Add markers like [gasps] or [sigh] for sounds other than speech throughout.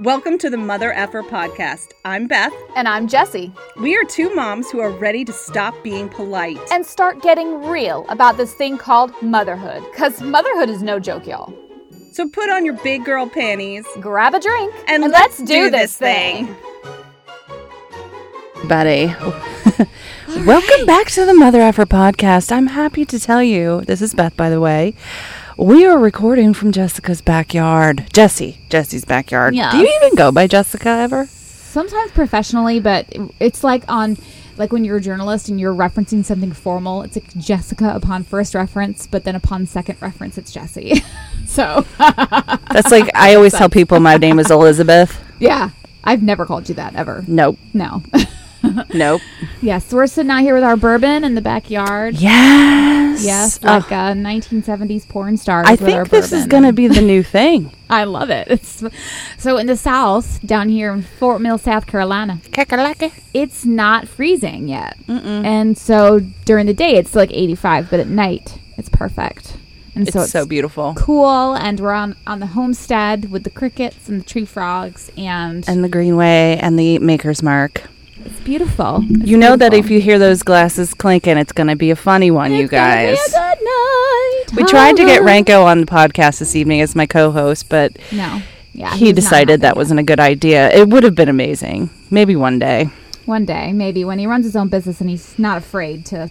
Welcome to the Mother Effer podcast. I'm Beth. And I'm Jesse. We are two moms who are ready to stop being polite. And start getting real about this thing called motherhood. Because motherhood is no joke, y'all. So put on your big girl panties. Grab a drink And and, let's let's, do, do this this thing. thing. buddy. [laughs] Welcome back to the Mother Effer podcast. I'm happy to tell you, this is Beth, by the way. We are recording from Jessica's backyard. Jesse, Jesse's backyard. Yes. Do you even go by Jessica ever? sometimes professionally, but it's like on like when you're a journalist and you're referencing something formal, it's like Jessica upon first reference, but then upon second reference, it's Jesse. [laughs] so That's like I [laughs] always tell people my name is Elizabeth. yeah, I've never called you that ever. Nope, No. [laughs] nope. yes, we're sitting out here with our bourbon in the backyard. Yes. Yes, Ugh, like uh, 1970s porn stars. I with our think this is bourbon. going to be the new [laughs] thing. I love it. It's so in the South, down here in Fort Mill, South Carolina. it's not freezing yet. Mm-hmm. And so during the day, it's like 85, but at night, it's perfect. And It's so it's so beautiful. cool. And we're on, on the homestead with the crickets and the tree frogs, and, And the Greenway and the Maker's Mark. it's beautiful. It's You know that if beautiful. you hear those glasses clinking, it's going to be a funny one, you It's gonna be a guys. good night. We tried to get Hallelujah. Ranko on the podcast this evening as my co-host, but No. Yeah. he was not decided that having it. wasn't a good idea. It would have been amazing. Maybe one day. One day, maybe, when he runs his own business and he's not afraid to,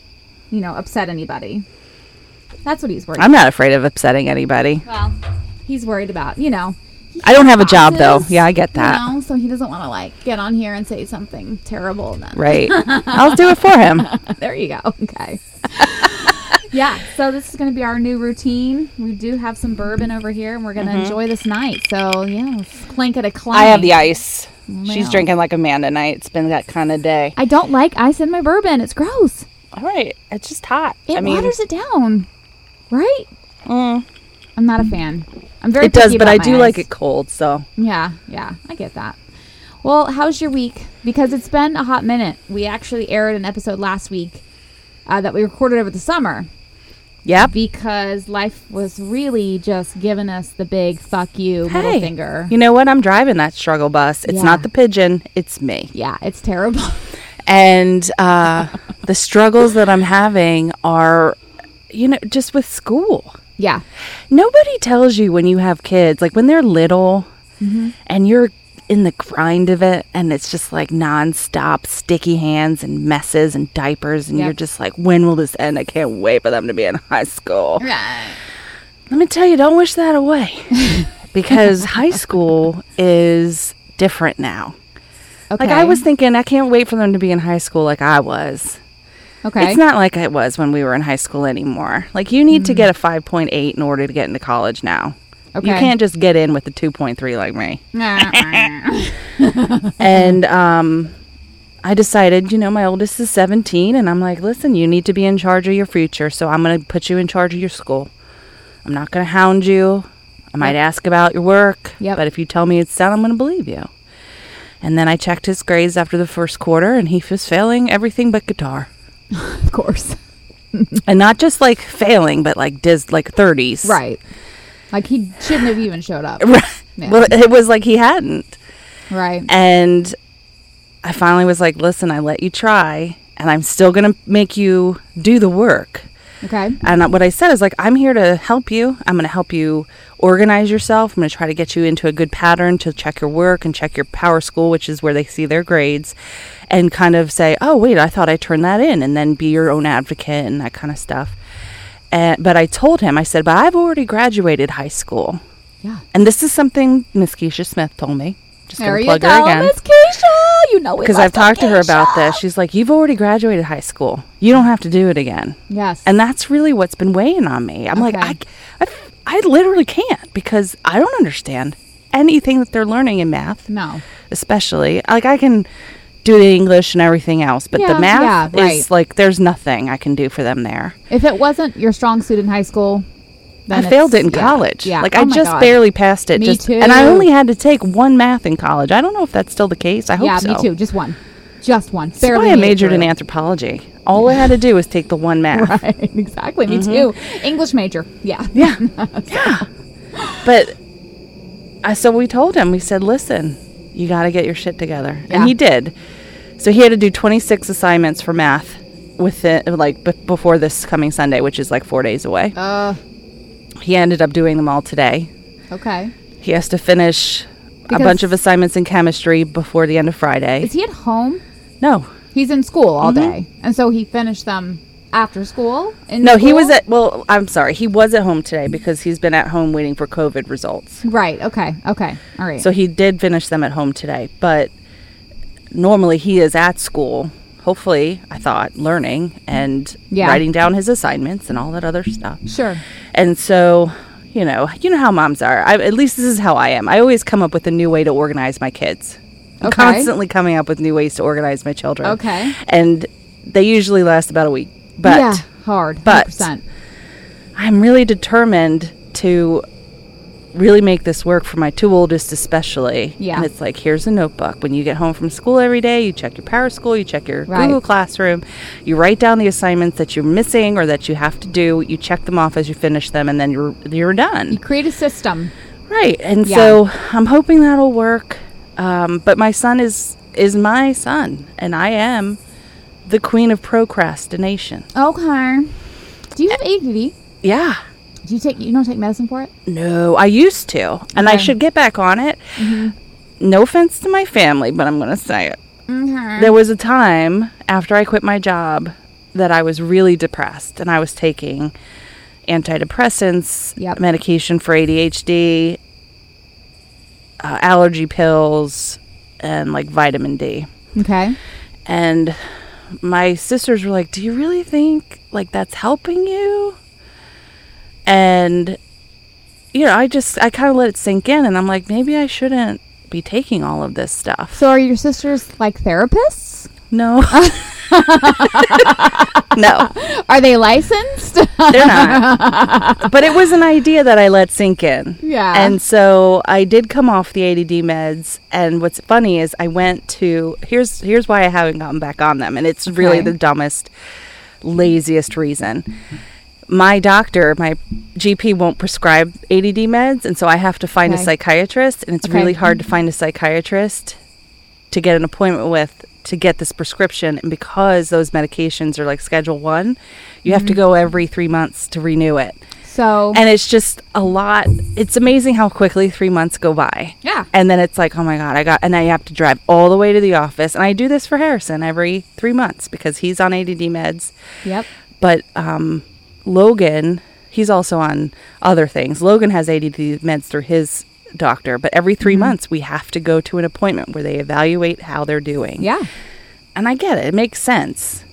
you know, upset anybody. That's what he's worried I'm not afraid of upsetting anybody. Well, he's worried about, you know. he I don't have a job, though. bosses, Yeah, I get that. You know, so he doesn't want to like get on here and say something terrible. And then, [laughs] Right. I'll do it for him. [laughs] there you go. Okay. yeah. So this is going to be our new routine. We do have some bourbon over here, and we're going to enjoy this night. So yeah, let's clank it a clank. Mm-hmm. I have the ice. She's Wow. drinking like a man tonight. It's been that kind of day. I don't like ice in my bourbon. It's gross. All right. It's just hot. It I mean, mm. waters it down, right? I'm not a fan. I'm very. it does, picky but I about my do like ice. it cold. So Yeah, yeah, I get that. Well, how's your week? Because it's been a hot minute. We actually aired an episode last week uh, that we recorded over the summer yep. because life was really just giving us the big fuck you middle finger. you know what? I'm driving that struggle bus. It's Yeah. not the pigeon. It's me. yeah, it's terrible. [laughs] and uh, the struggles that I'm having are, you know, just with school. yeah, Nobody tells you when you have kids, like when they're little Mm-hmm. and you're in the grind of it and it's just like nonstop sticky hands and messes and diapers and Yep. you're just like, when will this end? I can't wait for them to be in high school. right. Let me tell you, don't wish that [laughs] away because high school is different now. Okay. Like I was thinking, I can't wait for them to be in high school like I was. Okay. It's not like it was when we were in high school anymore. Like you Mm. need to get a 5.8 in order to get into college now. You Okay. can't just get in with a 2.3 like [laughs] me. not. and um I decided, you know, my oldest is 17 and I'm like, "Listen, you need to be in charge of your future, so I'm going to put you in charge of your school. I'm not going to hound you. I might ask about your work, Yep. but if you tell me it's done, I'm going to believe you." And then I checked his grades after the first quarter and he was failing everything but guitar. [laughs] of course. and not just like failing, but like dis like thirties. [laughs] Right. Like he shouldn't have even showed up. Yeah. well, it was like he hadn't, Right. and I finally was like, "Listen, I let you try, and I'm still gonna make you do the work." Okay. And what I said is like, "I'm here to help you. I'm gonna help you organize yourself. I'm gonna try to get you into a good pattern to check your work and check your power school, which is where they see their grades, and kind of say, "Oh, wait, I thought I turned that in," and then be your own advocate and that kind of stuff. And, but I told him, I said, but I've already graduated high school. Yeah. And this is something Miss Keisha Smith told me. Just There gonna you plug her go, again. Miss Keisha. You know we Because love I've talked to her about Keisha. this. She's like, You've already graduated high school. You don't have to do it again. Yes. And that's really what's been weighing on me. I'm like, Okay. I, I, I literally can't because I don't understand anything that they're learning in math, no. especially. Like, I can do the English and everything else, but Yeah, the math yeah, is right. like, there's nothing I can do for them there. If it wasn't your strong suit in high school, then I failed it it's- in yeah, college. Yeah, Like Oh I my just God. barely passed it. Me just, And I too. only had to take one math in college. I don't know if that's still the case. I hope Yeah, so. me too. Just one, just one. That's barely why I made it majored in through. anthropology. All I had to do was take the one math. [laughs] Right, exactly. Mm-hmm. Me too. English major. Yeah. Yeah. yeah. But Uh, so we told him, we said, listen, you got to get your shit together. Yeah. And he did. So he had to do 26 assignments for math within, like, b- before this coming Sunday, which is like four days away. Uh, He ended up doing them all today. okay. He has to finish Because- a bunch of assignments in chemistry before the end of Friday. Is he at home? no. He's in school all Mm-hmm. day, and so he finished them after school. In No, he school? was at, well, I'm sorry. He was at home today because he's been at home waiting for COVID results. right. Okay. Okay. All right. So he did finish them at home today, but normally he is at school, hopefully, I thought, learning and Yeah. writing down his assignments and all that other stuff. sure. And so, you know, you know how moms are. I, at least this is how I am. I always come up with a new way to organize my kids. I'm Okay. constantly coming up with new ways to organize my children. Okay. And they usually last about a week. But yeah, hard. but- 100%. I'm really determined to really make this work for my two oldest, especially. Yeah. And it's like, here's a notebook. When you get home from school every day, you check your Power School, you check your Right. Google Classroom, you write down the assignments that you're missing or that you have to do. You check them off as you finish them, and then you're you're done. you create a system. Right. And Yeah. so I'm hoping that'll work. Um, but my son is is my son, and I am the queen of procrastination. Okay. Do you have ADD? Yeah. Do you take you don't take medicine for it? No, I used to, and I should get back on it. No offense to my family, but I'm going to say it. Mm-hmm. There was a time after I quit my job that I was really depressed, and I was taking antidepressants, Yep. medication for ADHD, uh, allergy pills, and like vitamin D. Okay. And my sisters were like, "Do you really think like that's helping you?" And you know, I just I kind of let it sink in and I'm like, "Maybe I shouldn't be taking all of this stuff." So are your sisters like therapists? No. [laughs] no. Are they licensed? [laughs] They're not. but it was an idea that I let sink in. Yeah. And so I did come off the ADD meds and what's funny is I went to here's here's why I haven't gotten back on them and it's really Okay. the dumbest laziest reason. My doctor, my GP won't prescribe ADD meds and so I have to find Okay. a psychiatrist and it's Okay. really hard to find a psychiatrist to get an appointment with to get this prescription and because those medications are like schedule 1, you have to Mm-hmm. go every 3 months to renew it. so And it's just a lot. It's amazing how quickly three months go by. Yeah. And then it's like, oh my God, I got, and I have to drive all the way to the office. And I do this for Harrison every three months because he's on ADD meds. Yep. But um, Logan, he's also on other things. Logan has ADD meds through his doctor, but every 3 Mm-hmm. months we have to go to an appointment where they evaluate how they're doing. Yeah. And I get it, it makes sense.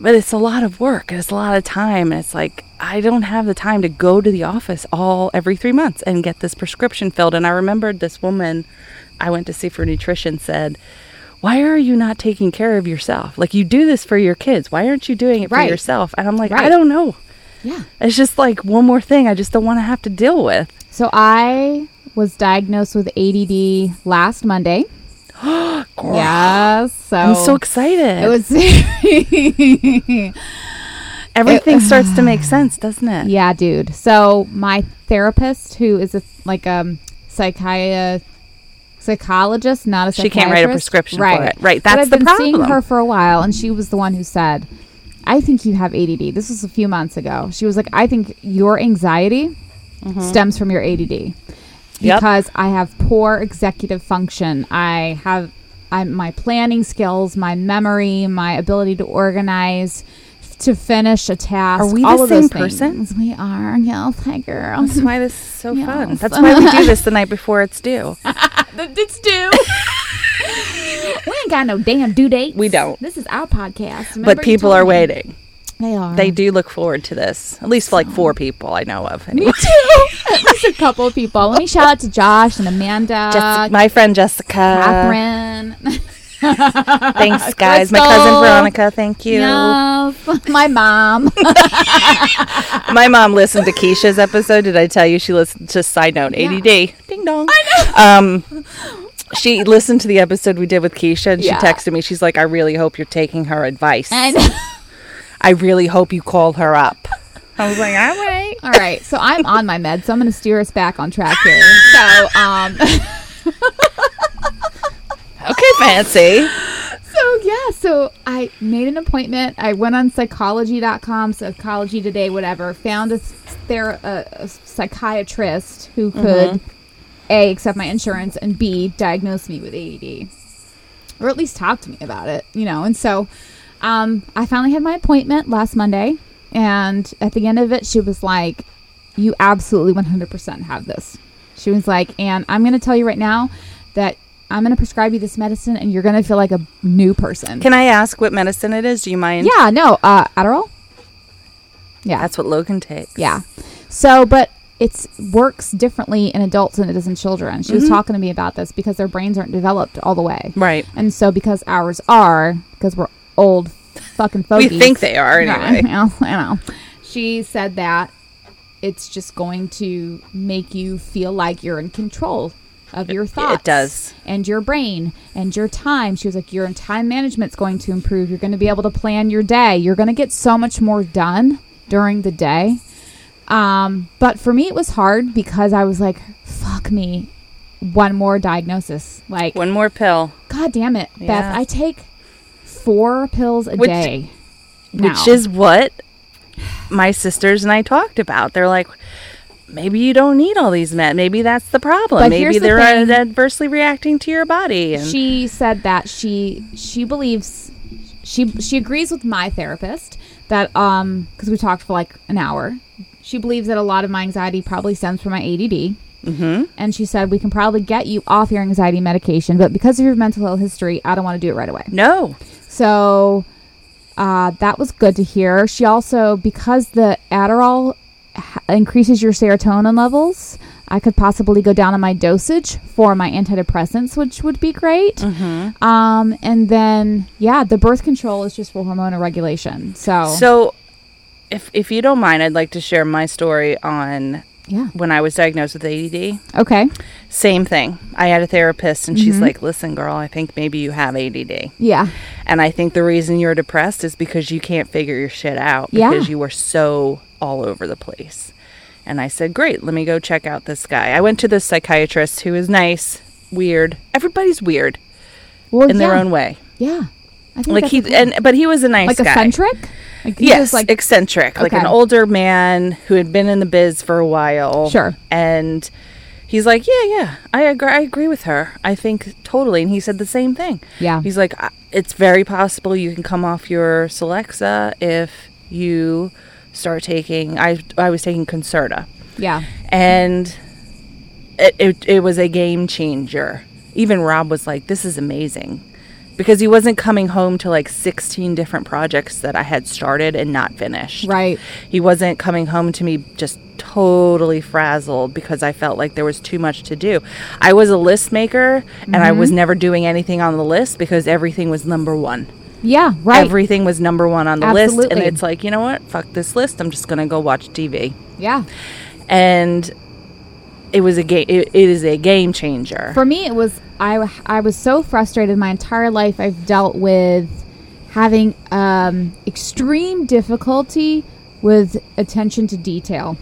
But it's a lot of work and it's a lot of time. And it's like, I don't have the time to go to the office all every three months and get this prescription filled. And I remembered this woman I went to see for nutrition said, Why are you not taking care of yourself? Like, you do this for your kids. Why aren't you doing it Right. for yourself? And I'm like, Right. I don't know. Yeah. It's just like one more thing I just don't want to have to deal with. So I was diagnosed with ADD last [gasps] Monday. yes. So I'm so excited. it [laughs] was Everything starts to [sighs] make sense, doesn't it? Yeah, dude. So my therapist, who is a, like um psychi- psychologist, not a She can't write a psychiatrist. prescription for it. Right, But that's I've the been Seeing problem. her for a while, and she was the one who said, "I think you have ADD." This was a few months ago. She was like, "I think your anxiety stems from your ADD." Mm-hmm. Yep. Because I have poor executive function. I have I, my planning skills, my memory, my ability to organize, to finish a task. Are we the all of those same person? things. We are. Yes, hi, [laughs] girl. That's why this is so fun. Yes. That's why we [laughs] do this the night before it's due. It's due. [laughs] we ain't got no damn due date. We don't. This is our podcast. Remember but you people told are me? waiting. They are. They do look forward to this. At least like four people I know of. [laughs] [laughs] Mm. Me too. At least a couple of people. Let me shout out to Josh and Amanda, Jessica, my friend Jessica. Catherine. [laughs] [laughs] Thanks, guys. My cousin Crystal. Veronica. Thank you. Yes. My mom. [laughs] My mom listened to Keisha's episode. Did I tell you she listened? Just side note, ADD. Ding dong. Um, she listened to the episode we did with Keisha, and Yeah. she texted me. She's like, "I really hope you're taking her advice. and I really hope you call her up." I was like, all right. All right, so I'm on my med, so I'm going to steer us back on track here. So, um, [laughs] Okay, fancy. so yeah, so I made an appointment. I went on psychology.com, psychology today, whatever. Found a there a, a psychiatrist who could a accept my insurance and b diagnose me with ADD, or at least talk to me about it. You know, and so um, I finally had my appointment last Monday, and at the end of it, she was like, "You absolutely 100% have this." She was like, "And I'm going to tell you right now that." I'm going to prescribe you this medicine and you're going to feel like a new person. Can I ask what medicine it is? Do you mind? Yeah, no, uh, Adderall. Yeah, That's what Logan takes. yeah. So, but it works differently in adults than it does in children. She was Mm-hmm. talking to me about this because their brains aren't developed all the way, Right. and so because ours are, because we're old, fucking We fogies. think they are [laughs] Yeah, anyway. I know, I know. She said that it's just going to make you feel like you're in control of your thoughts. does. And your brain and your time. She was like, your time management's going to improve. You're going to be able to plan your day. You're going to get so much more done during the day. Um, but for me, it was hard because I was like, fuck me. One more diagnosis. Like, One more pill, God damn it, Beth. Yeah. I take four pills a Which- day. which now. is what my sisters and I talked about. They're like, maybe you don't need all these meds. Maybe that's the problem. But maybe here's the they're thing. adversely reacting to your body. And she said that she she believes she she agrees with my therapist that um because we talked for like an hour she believes that a lot of my anxiety probably stems from my add mm-hmm. and she said we can probably get you off your anxiety medication but because of your mental health history i don't want to do it right away no, so uh, that was good to hear. She also, because the Adderall ha- increases your serotonin levels, I could possibly go down on my dosage for my antidepressants, which would be great. Mm-hmm. Um, and then, yeah, the birth control is just for hormonal regulation. So, So, if if you don't mind, I'd like to share my story on yeah, when I was diagnosed with ADD. okay, Same thing. I had a therapist, and Mm-hmm. she's like, "Listen, girl, I think maybe you have ADD, yeah, and I think the reason you're depressed is because you can't figure your shit out Yeah. because you were so all over the place." And I said, "Great, let me go check out this guy." I went to this psychiatrist who is nice, weird. Everybody's weird well, in their Oh, yeah, own way. yeah. I think Like that's he okay. and but he was a nice like guy. eccentric, like he yes, was like eccentric, like an Okay. older man who had been in the biz for a while. Sure. And he's like, yeah, yeah, I agree. I agree with her. I think totally. And he said the same thing. Yeah. He's like, "I- it's very possible you can come off your Celexa if you start taking. I I was taking Concerta yeah, and it, it, it was a game changer. Even Rob was like, "This is amazing," because he wasn't coming home to like 16 different projects that I had started and not finished. Right. He wasn't coming home to me just totally frazzled because I felt like there was too much to do. I was a list maker, and I Mm-hmm. was never doing anything on the list because everything was number one. yeah, right, Everything was number one on the list, and Absolutely. it's like, you know what? Fuck this list. I'm just gonna go watch TV yeah. and it was a game. It, it is a game changer. For me, it was I. I was so frustrated my entire life. I've dealt with having um, extreme difficulty with attention to detail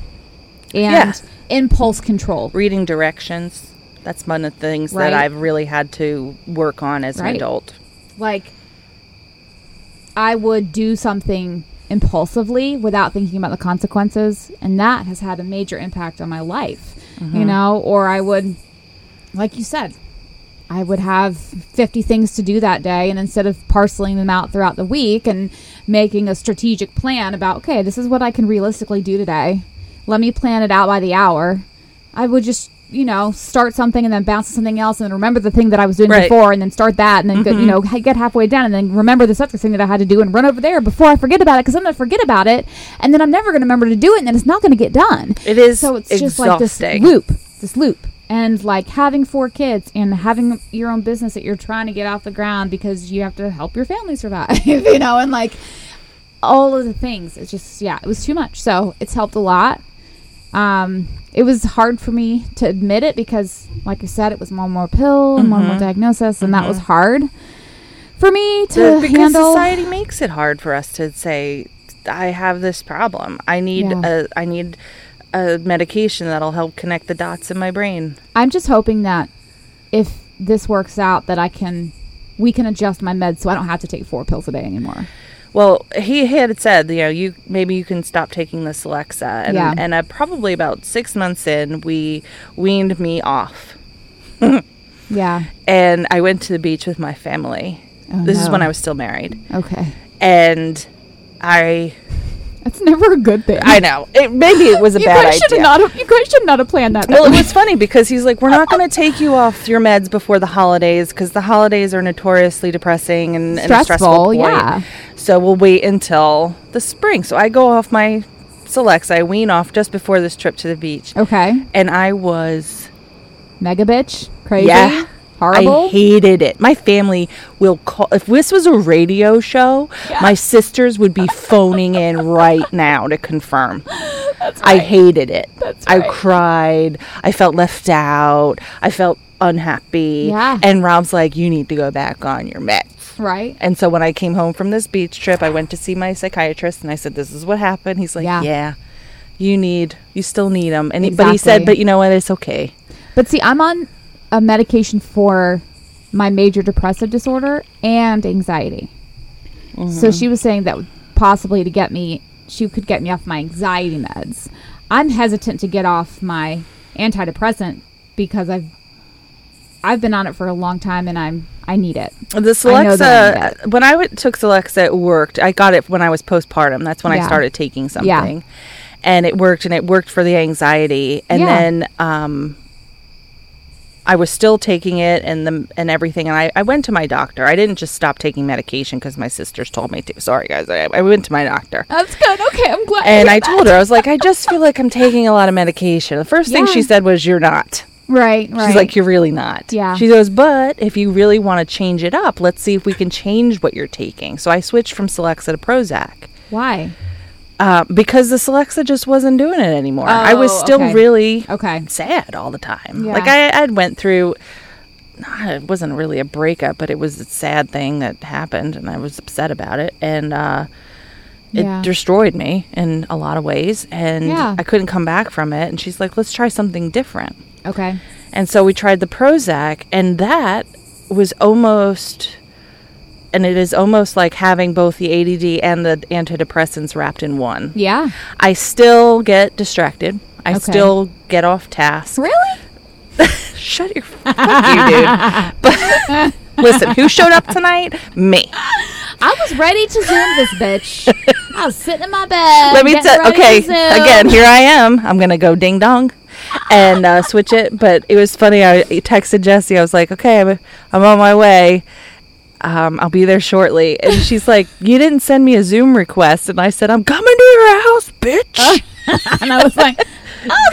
and Yeah. impulse control. Reading directions. That's one of the things Right. that I've really had to work on as an Right. adult. Like I would do something impulsively without thinking about the consequences, and that has had a major impact on my life. You know, or I would, like you said, I would have 50 things to do that day. And instead of parceling them out throughout the week and making a strategic plan about, okay, this is what I can realistically do today, let me plan it out by the hour, I would just, you know, start something and then bounce to something else and remember the thing that I was doing Right. before and then start that and then, go, you know, ha- get halfway down and then remember this other thing that I had to do and run over there before I forget about it because I'm going to forget about it. And then I'm never going to remember to do it and then it's not going to get done It is so it's just like this exhausting. loop this loop and like having four kids and having your own business that you're trying to get off the ground because you have to help your family survive [laughs] you know and like all of the things it's just yeah it was too much so it's helped a lot um it was hard for me to admit it because like i said it was one more pill and one Mm-hmm. more diagnosis and that was hard for me to The- Mm-hmm. because handle society makes it hard for us to say I have this problem. I need Yeah. a I need a medication that'll help connect the dots in my brain. I'm just hoping that if this works out, that I can, we can adjust my meds so I don't have to take four pills a day anymore. Well, he had said, you know, you maybe you can stop taking this Alexa, and Yeah. and uh, probably about six months in, we weaned me off, Yeah. and I went to the beach with my family. Oh, this is no. when I was still married, Okay. and I That's never a good thing. I know it maybe it was a you bad guys should idea. not have. You guys should not have planned that. well, that it way. was funny because he's like, "We're not going to take you off your meds before the holidays because the holidays are notoriously depressing and and a Stressful, stressful. point. yeah. So we'll wait until the spring. So I go off my Selects. I wean off just before this trip to the beach, okay. and I was Mega bitch. Crazy. yeah. Horrible. I hated it. My family will call. If this was a radio show, my sisters would be phoning in right now to confirm. I hated it. That's I right. cried. I felt left out. I felt unhappy. Yeah. And Rob's like, you need to go back on your meds. right. And so when I came home from this beach trip, I went to see my psychiatrist and I said, This is what happened. He's like, Yeah. Yeah, you need, you still need them. And he, But he said, Exactly. But you know what? It's okay. But see, I'm on a medication for my major depressive disorder and anxiety. Mm-hmm. So she was saying that possibly to get me, she could get me off my anxiety meds. I'm hesitant to get off my antidepressant because I've I've been on it for a long time and I'm I need it. The I know that I need Celexa, when I w- took Celexa, it worked. I got it when I was postpartum. That's when Yeah. I started taking something. And it worked, and it worked for the anxiety. And Yeah. then um, I was still taking it and the, and everything. And I, I went to my doctor. I didn't just stop taking medication because my sisters told me to. Sorry, guys. I, I went to my doctor. That's good. Okay, I'm glad. And I told her, I was like, I just feel like I'm taking a lot of medication. The first thing Yeah. she said was, You're not. [laughs] right, right. She's like, you're really not. Yeah. She goes, but if you really want to change it up, let's see if we can change what you're taking. So I switched from Celexa to Prozac why? uh, because the Celexa just wasn't doing it anymore. I was Oh, still okay. really Okay. sad all the time. Yeah. Like I I'd went through. nah, It wasn't really a breakup, but it was a sad thing that happened, and I was upset about it, and uh, it Yeah. destroyed me in a lot of ways. And Yeah. I couldn't come back from it. And she's like, "Let's try something different." Okay. And so we tried the Prozac, and that was almost, and it is almost like having both the ADD and the antidepressants wrapped in one. Yeah. I still get distracted. I Okay. still get off task. Really? [laughs] Shut your fuck you, dude. [laughs] But [laughs] listen, who showed up tonight? Me. I was ready to zoom this bitch. I was sitting in my bed. Let me getting tell. ready to Okay, Zoom. again, here I am. I'm gonna go ding dong, and uh, switch it. But it was funny. I texted Jesse. I was like, "Okay, I'm, I'm on my way. Um, I'll be there shortly." And she's like, "You didn't send me a Zoom request," and I said, "I'm coming to your house, bitch." [laughs] and I was like,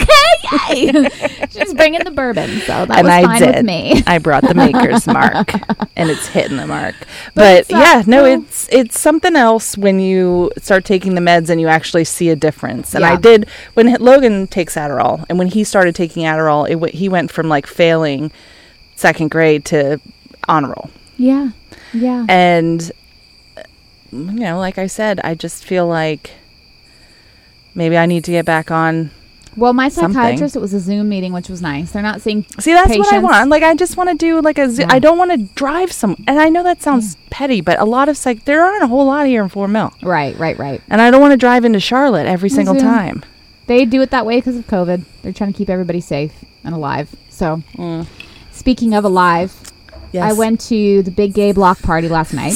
okay, yay. [laughs] She's bringing the bourbon, so that and was I fine did. with me. I brought the maker's mark, and it's hitting the mark. But But, it's not- yeah, no, no. it's it's something else when you start taking the meds and you actually see a difference. And Yeah. I did when H- Logan takes Adderall, and when he started taking Adderall, it w- he went from like failing second grade to honor roll, [laughs] Yeah, yeah, and uh, you know, like I said, I just feel like maybe I need to get back on. Well, my Something. psychiatrist, it was a Zoom meeting, which was nice. They're not seeing. See, that's what I patients. want. Like, I just want to do like a. Zo- Yeah. I don't want to drive some. And I know that sounds petty, but a lot of psych. There aren't a whole lot here in Four Mill, Right, right, right. and I don't want to drive into Charlotte every single Zoom. time. They do it that way because of COVID. They're trying to keep everybody safe and alive. So, speaking of alive, Yes. Mm. I went to the big gay block party last night.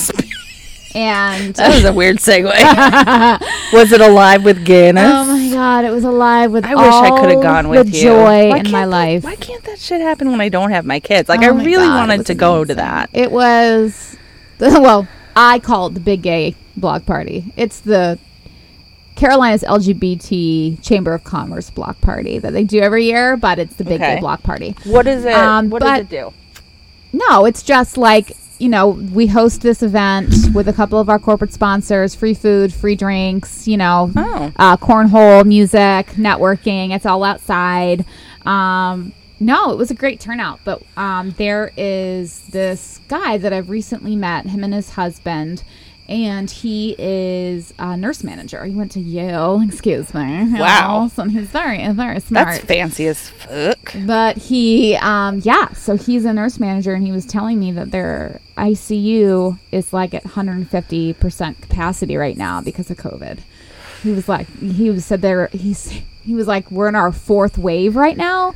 And [laughs] [laughs] That was a weird segue. [laughs] was it alive with Guinness? oh my god, it was alive with I wish I could have all gone with the you. joy Why in can't my that- life. Why can't that shit happen when I don't have my kids? Like, Oh I my really God, it wanted was to go to amazing. that. It was, [laughs] well, I call it the Big Gay Block Party. It's the Carolina's LGBT Chamber of Commerce Block Party that they do every year, but it's the Big Gay Okay. Block Party. What is it? Um, what does but- it do? No, it's just like, you know, we host this event with a couple of our corporate sponsors, free food, free drinks, you know, Oh. uh, cornhole, music, networking. It's all outside. Um, no, it was a great turnout, but um, there is this guy that I've recently met, him and his husband, and he is a nurse manager. He went to Yale. [laughs] Excuse me. Wow. So he's very, very smart. That's fancy as fuck. But he, um, yeah, so he's a nurse manager, and he was telling me that their ICU is like at 150% capacity right now because of COVID. He was like, he was said there, he's, he was like, we're in our fourth wave right now,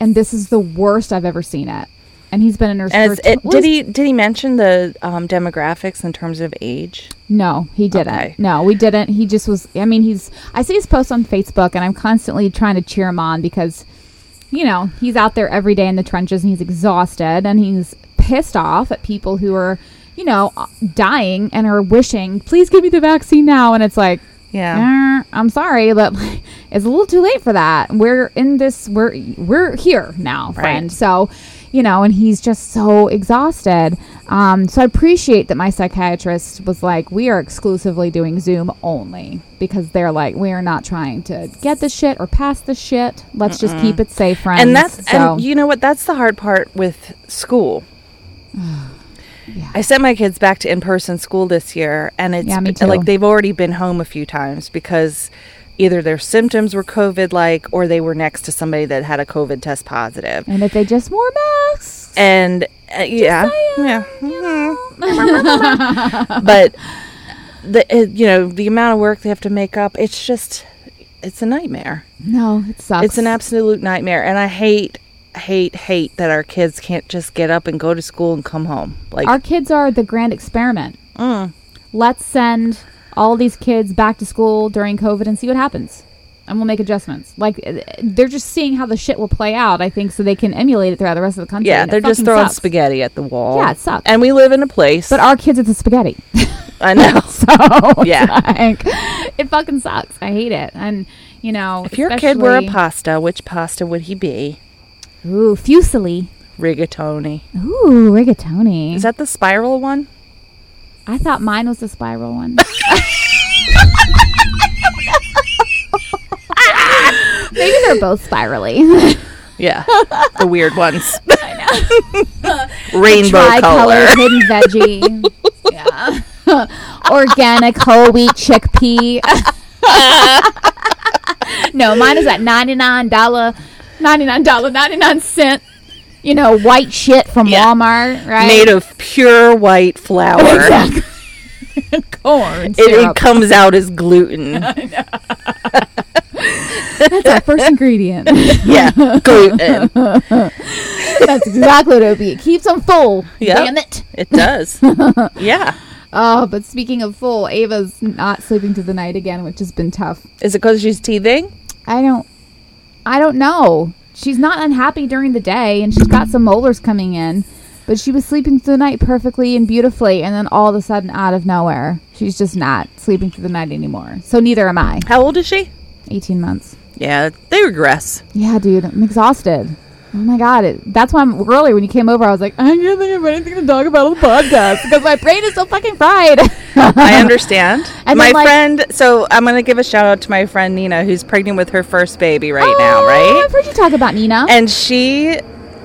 and this is the worst I've ever seen it. And he's been a nurse. And it's, for tw- it, what did was- he did he mention the um, demographics in terms of age? No, he didn't. Okay. No, we didn't. He just was. I mean, he's. I see his posts on Facebook, and I'm constantly trying to cheer him on because, you know, he's out there every day in the trenches, and he's exhausted, and he's pissed off at people who are, you know, dying and are wishing, please give me the vaccine now, and it's like. Yeah. "Eh, I'm sorry, but [laughs] it's a little too late for that. We're in this. We're we're here now, friend. Right. So, you know, and he's just so exhausted. Um, so I appreciate that my psychiatrist was like, we are exclusively doing Zoom only because they're like, we are not trying to get the shit or pass the shit. Let's just keep it safe, friends. and that's so and you know what that's the hard part with [sighs] school i sent my kids back to in-person school this year and it's Yeah, me b- like too. they've already been home a few times because either their symptoms were covid like or they were next to somebody that had a covid test positive and if they just wore masks, and uh, yeah yeah Mhm. [laughs] but the uh, you know the amount of work they have to make up it's just it's a nightmare no, it sucks. it's an absolute nightmare, and I hate, hate, hate that our kids can't just get up and go to school and come home. Like, Mm. our kids are the grand experiment. Let's send all these kids back to school during COVID and see what happens. And we'll make adjustments. Like uh, they're just seeing how the shit will play out, I think, so they can emulate it throughout the rest of the country. yeah, and it they're just fucking throwing sucks. spaghetti at the wall. Yeah, it sucks. And we live in a place. But our kids are the spaghetti. [laughs] I know. so Yeah. it's like, it fucking sucks. I hate it. And you know, if your kid were a especially- pasta, which pasta would he be? ooh fusilli, Rigatoni. ooh rigatoni. Is that the spiral one? I thought mine was the spiral one. [laughs] Maybe they're [laughs] both spirally. [laughs] Yeah, the weird ones. [laughs] Rainbow color. Tricolored hidden veggie. yeah. Organic whole wheat chickpea. no, mine is that $99, $99.99, you know, white shit from Walmart, right? Made of pure white flour. Exactly. [laughs] corn. It, syrup. it comes out as [laughs] gluten. That's our first ingredient. [laughs] yeah, [laughs] gluten. That's exactly what it would be. It keeps them full. Yep. Damn it. It does. Yeah. Oh, but speaking of full, Ava's not sleeping through the night again, which has been tough. Is it because she's teething? I don't, I don't know. She's not unhappy during the day, and she's got some molars coming in, but she was sleeping through the night perfectly and beautifully, and then all of a sudden, out of nowhere, she's just not sleeping through the night anymore. So neither am I. How old is she? Eighteen months. Yeah, they regress. Yeah, dude, I'm exhausted. Oh my god, it, that's why I'm earlier when you came over. I was like, I can't think of anything to talk about on [laughs] the podcast because my brain is so fucking fried. [laughs] I understand. And my then, like- friend, so I'm going to give a shout out to my friend Nina, who's pregnant with her first baby right now, Oh, right? I've heard you talk about Nina. And she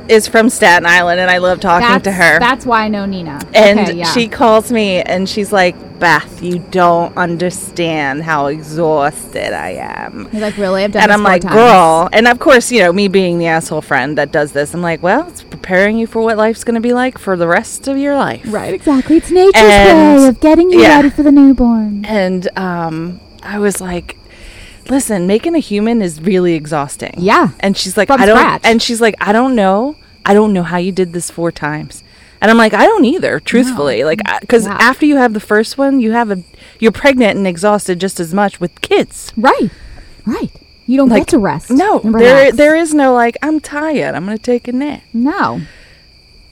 is from Staten Island, and I love talking that's, to her. That's why I know Nina. and Okay, yeah. she calls me and she's like, Beth, you don't understand how exhausted I am. You're like, really? I've done And this I'm four like, times. girl. And of course, you know, me being the asshole friend that does this, I'm like, well, it's preparing you for what life's going to be like for the rest of your life. Right, exactly. It's nature's And- way of getting you yeah. ready for the newborn. and um, I was like, "Listen, making a human is really exhausting." Yeah. and she's like, From "I don't," scratch. and she's like, "I don't know, I don't know how you did this four times." And I'm like, "I don't either, truthfully, like, because Yeah. after you have the first one, you have a, you're pregnant and exhausted just as much with kids." Right, right. You don't Like get to rest. No, and there, relax. there is no like, I'm tired. I'm gonna take a nap. No.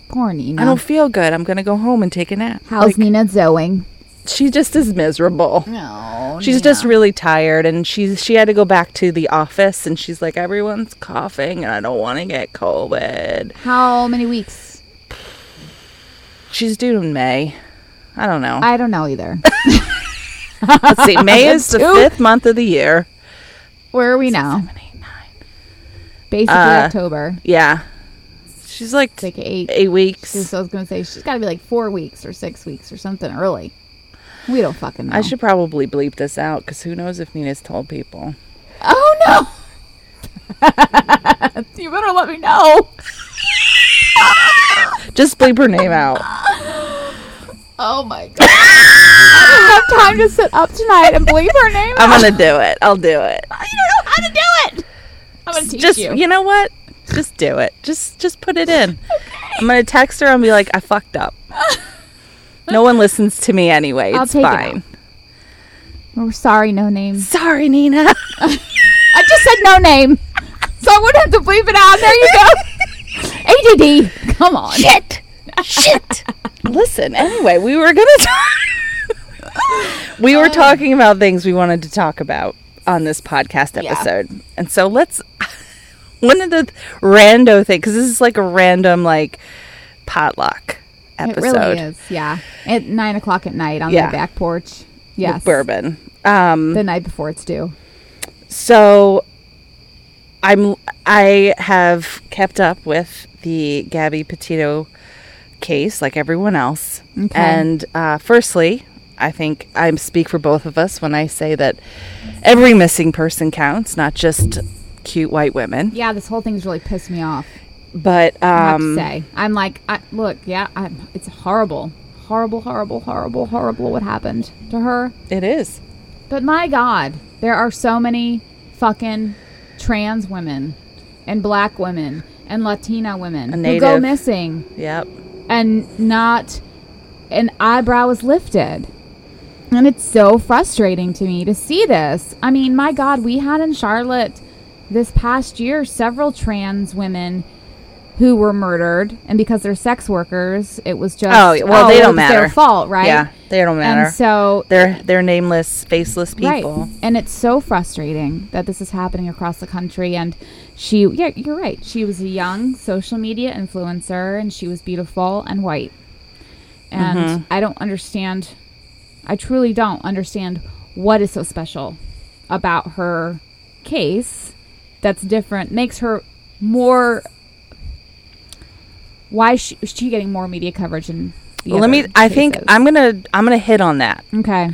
Poor Nina. I don't feel good. I'm gonna go home and take a nap. How's Like, Nina zoing? she just is miserable. No. She's just really tired, and she's she had to go back to the office, and she's like, everyone's coughing, and I don't want to get COVID. How many weeks? She's due in May. I don't know. I don't know either. Let's see. May is the fifth month of the year. Where are we now? Seven, eight, nine. Basically Uh, October. Yeah, she's like It's like eight. eight weeks. Just I was gonna say she's got to be like four weeks or six weeks or something early. We don't fucking know. I should probably bleep this out because who knows if Nina's told people. Oh no! [laughs] you better let me know. Just bleep her name out. Oh [laughs] my god! I don't have time to sit up tonight and bleep her name. [laughs] I'm gonna do it. I'll do it. I don't know how to do it. I'm gonna teach Just you. you know what? Just do it. Just just put it in. I'm gonna text her and be like, I fucked [laughs] up. no one listens to me anyway. It's I'll take it fine. out. We're Oh, sorry, no name. Sorry, [laughs] Nina. I just said no name, [laughs] so I wouldn't have to bleep it out. There [laughs] you go. ADD. Come on. Shit. Shit. Listen, anyway, we were gonna [laughs] talk We Uh. were talking about things we wanted to talk about on this podcast Yeah. episode. And so let's [laughs] one of the rando thing cuz this is like a random like potluck episode. It really is. Yeah. At nine o'clock at night on Yeah. my back porch. with Yes. bourbon. Um The night before it's due. so I'm I have kept up with the Gabby Petito case like everyone else. Okay. And uh, firstly, I think I speak for both of us when I say that every missing person counts, not just cute white women. Yeah, this whole thing's really pissed me off. But I have to um say, I'm like, I, look, yeah, I'm, it's horrible, horrible, horrible, horrible, horrible. What happened to her? it is. But my God, there are so many fucking trans women and black women and Latina women And who go Native. missing Yep. and not an eyebrow is lifted. And it's so frustrating to me to see this. I mean, my God, we had in Charlotte this past year several trans women who were murdered, and because they're sex workers, it was just Oh, yeah, well, they it don't was matter. Their fault, right? Yeah, they don't matter. And so They're they're nameless, faceless people. Right. And it's so frustrating that this is happening across the country. And she, yeah, you're right. She was a young social media influencer and she was beautiful and white. And Mm-hmm. I don't understand, I truly don't understand what is so special about her case that's different, makes her more. Why is she, is she getting more media coverage? And Let me I think I'm going to I'm going to hit on that. Okay.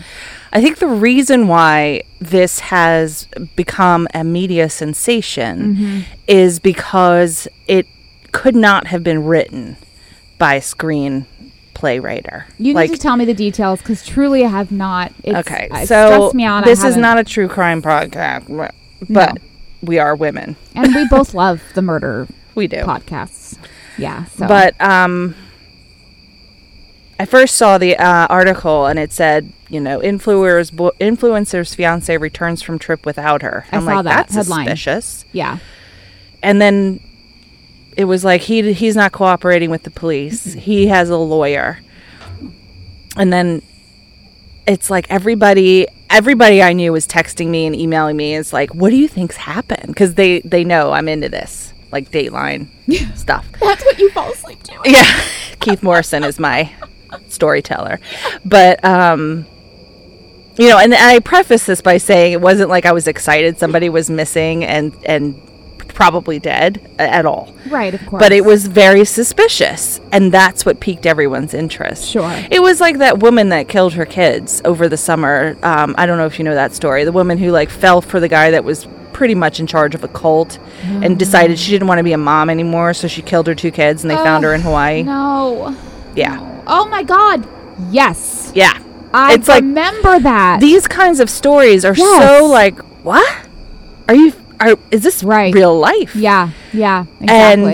I think the reason why this has become a media sensation Mm-hmm. is because it could not have been written by a screenplay writer. You like, need to tell me the details because truly I have not. It's, okay, it's so stressed me out. I this is haven't. not a true crime podcast, but we are women. and we [laughs] both love the murder We do. podcasts. Yeah, so. But um, I first saw the uh, article and it said, you know, influencers, bo- influencer's fiance returns from trip without her. I I'm saw like, that that's headline." suspicious. yeah, and then it was like he he's not cooperating with the [laughs] police. He has a lawyer. And then it's like everybody everybody I knew was texting me and emailing me is like, "What do you think's happened?" cuz they they know I'm into this, like [laughs] Dateline stuff. that's what you fall asleep to. Yeah. [laughs] Keith Morrison is my storyteller. But um you know, and I preface this by saying it wasn't like I was excited somebody was missing and and probably dead a- at all. Right, of course. But it was very suspicious, and that's what piqued everyone's interest. Sure. It was like that woman that killed her kids over the summer. Um, I don't know if you know that story. The woman who like fell for the guy that was pretty much in charge of a cult Mm. and decided she didn't want to be a mom anymore, so she killed her two kids and they found her in Hawaii. Oh, No. Yeah. Oh my God. Yes, Yeah. I it's like remember that. these kinds of stories are so Yes. like, what? Are you are is this Right. real life? yeah, yeah, exactly.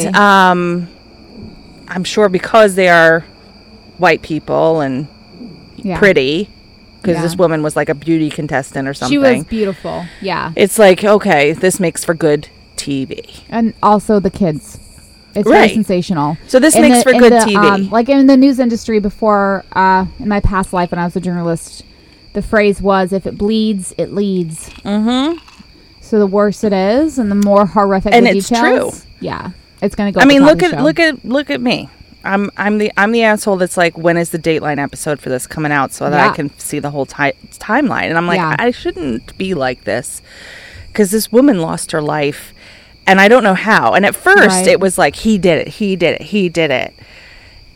and um, I'm sure because they are white people and yeah. pretty, because Yeah. this woman was like a beauty contestant or something. She was beautiful. Yeah, it's like okay, this makes for good TV. and also the kids. It's Right. very sensational. So this In makes for in um, good TV. like in the news industry before, uh, in my past life when I was a journalist, the phrase was, "If it bleeds, it leads." Mm-hmm. So the worse it is, and the more horrific And the it's details, true. Yeah, it's going to go. I at the mean, top look of the at show. look at look at me. I'm I'm the I'm the asshole that's like, when is the Dateline episode for this coming out so that Yeah. I can see the whole ti- timeline? And I'm like, Yeah. I shouldn't be like this because this woman lost her life, and I don't know how. And at first, Right. it was like he did it, he did it, he did it,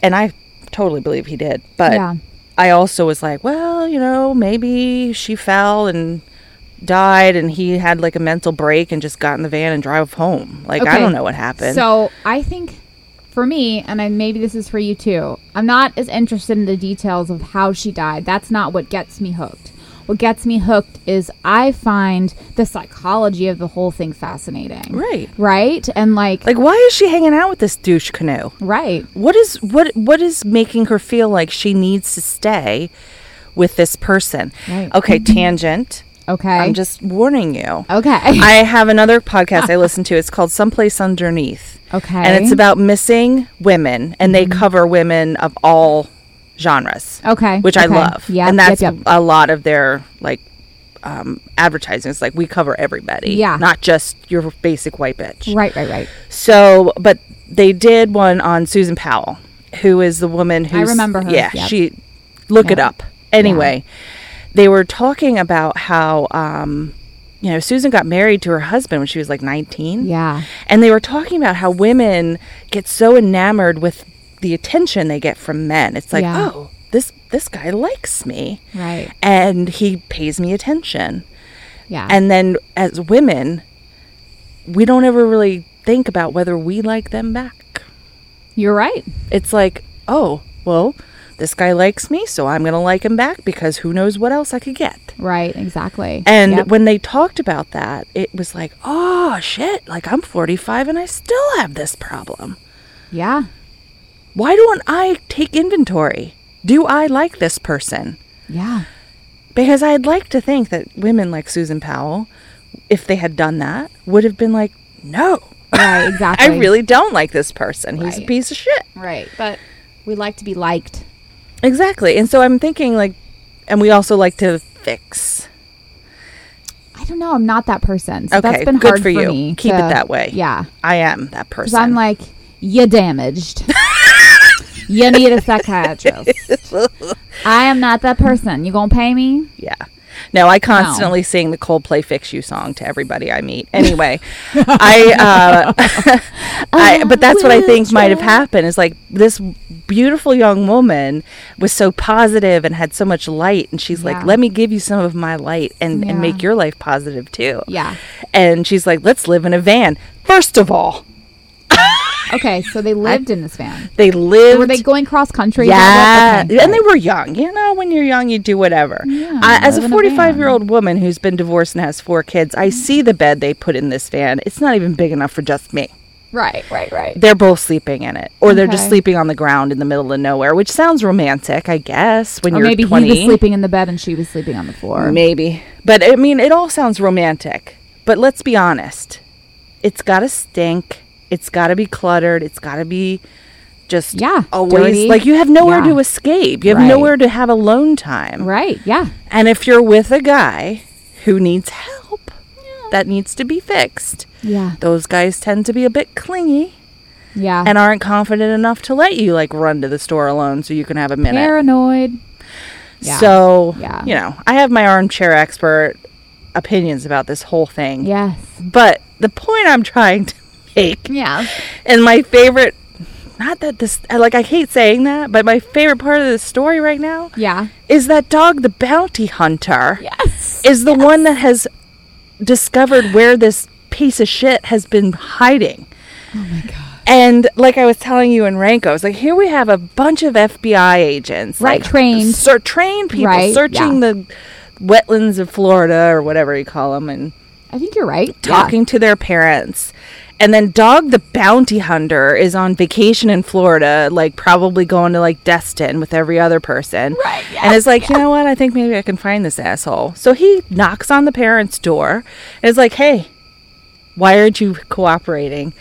and I totally believe he did, but yeah. I also was like, well, you know, maybe she fell and died and he had like a mental break and just got in the van and drove home. Like I Okay. don't know what happened. So I think for me, and I, maybe this is for you too, I'm not as interested in the details of how she died. That's not what gets me hooked. What gets me hooked is I find the psychology of the whole thing fascinating. Right. Right? And like, like why is she hanging out with this douche canoe? right. What is what what is making her feel like she needs to stay with this person? Right. Mm-hmm. Okay, tangent. Okay. I'm just warning you. Okay. [laughs] I have another podcast I listen to. It's called Someplace Underneath. Okay. Mm-hmm. And it's about missing women, and they cover women of all genres. Okay, Which I Oh, okay. love. Yep, And that's yep, yep. a lot of their like um, advertising. It's like we cover everybody. Yeah. Not just your basic white bitch. right, right, right. So, but they did one on Susan Powell, who is the woman who remember her, Yeah, yep. she look it Yeah. up. Anyway, they were talking about how um, you know Susan got married to her husband when she was like nineteen. Yeah. and they were talking about how women get so enamored with the attention they get from men. It's like, Yeah. oh, this this guy likes me, Right. And he pays me attention. Yeah. And then as women, we don't ever really think about whether we like them back. You're right. It's like, oh, well, this guy likes me, so I'm going to like him back because who knows what else I could get. Right. Exactly. And Yep. when they talked about that, it was like, oh, shit, like I'm 45 and I still have this problem. yeah. Why don't I take inventory? Do I like this person? Yeah. Because I'd like to think that women like Susan Powell, if they had done that, would have been like, no. Right. Exactly. [laughs] I really don't like this person. He's a Right. piece of shit. Right. But we like to be liked. Exactly. And so I'm thinking, like, and we also like to fix. I don't know. I'm not that person. So okay, that's been good hard for you. me. Keep to- it that way. Yeah. I am that person. So I'm like, [laughs] you damaged. you need [laughs] a psychiatrist. I am not that person. You gonna pay me? yeah. No, I constantly sing the Coldplay "Fix You" song to everybody I meet. Anyway, I, uh, [laughs] I, but that's what I think might have happened. Is like this beautiful young woman was so positive and had so much light, and she's Yeah. like, "Let me give you some of my light and, Yeah. and make your life positive too." Yeah. And she's like, let's live in a van. First of all, Okay. So they lived in this van. they lived. Were they going cross country? yeah, Okay. and they were young. You know, when you're young, you do whatever. Yeah, I- as a live in a Mm-hmm. 45 year old woman who's been divorced and has four kids, I see the bed they put in this van. It's not even big enough for just me. Right. Right. Right. They're both sleeping in it, or they're just Okay. sleeping on the ground in the middle of nowhere, which sounds romantic, I guess. When Or you're maybe 20, he was sleeping in the bed and she was sleeping on the floor. maybe. But I mean, it all sounds romantic. But let's be honest, it's got to stink. It's got to be cluttered. It's got to be just Yeah, always dirty. like you have nowhere Yeah. to escape. You have Right. nowhere to have alone time. Right. Yeah. And if you're with a guy who needs help, that needs to be fixed. Yeah. Those guys tend to be a bit clingy Uh-huh. Yeah. and aren't confident enough to let you like run to the store alone so you can have a minute. paranoid. Yeah. So, Yeah. you know, I have my armchair expert opinions about this whole thing. Yes. But the point I'm trying to make, Yeah. and my favorite, not that this, I- like, I hate saying that, but my favorite part of this story right now Yeah. is that dog, the bounty hunter, Yes. is the one that has discovered where this piece of shit has been hiding. Oh And like I was telling you in Ranko, it's like here we have a bunch of FBI agents, Right, like, trained. ser- trained people Right, searching yeah. the wetlands of Florida or whatever you call them, and I think you're right. talking to their parents. And then Dog the bounty hunter is on vacation in Florida, like probably going to like Destin with every other person. Right, and is like, you know what? I think maybe I can find this asshole. So he knocks on the parents' door and is like, hey, why aren't you cooperating?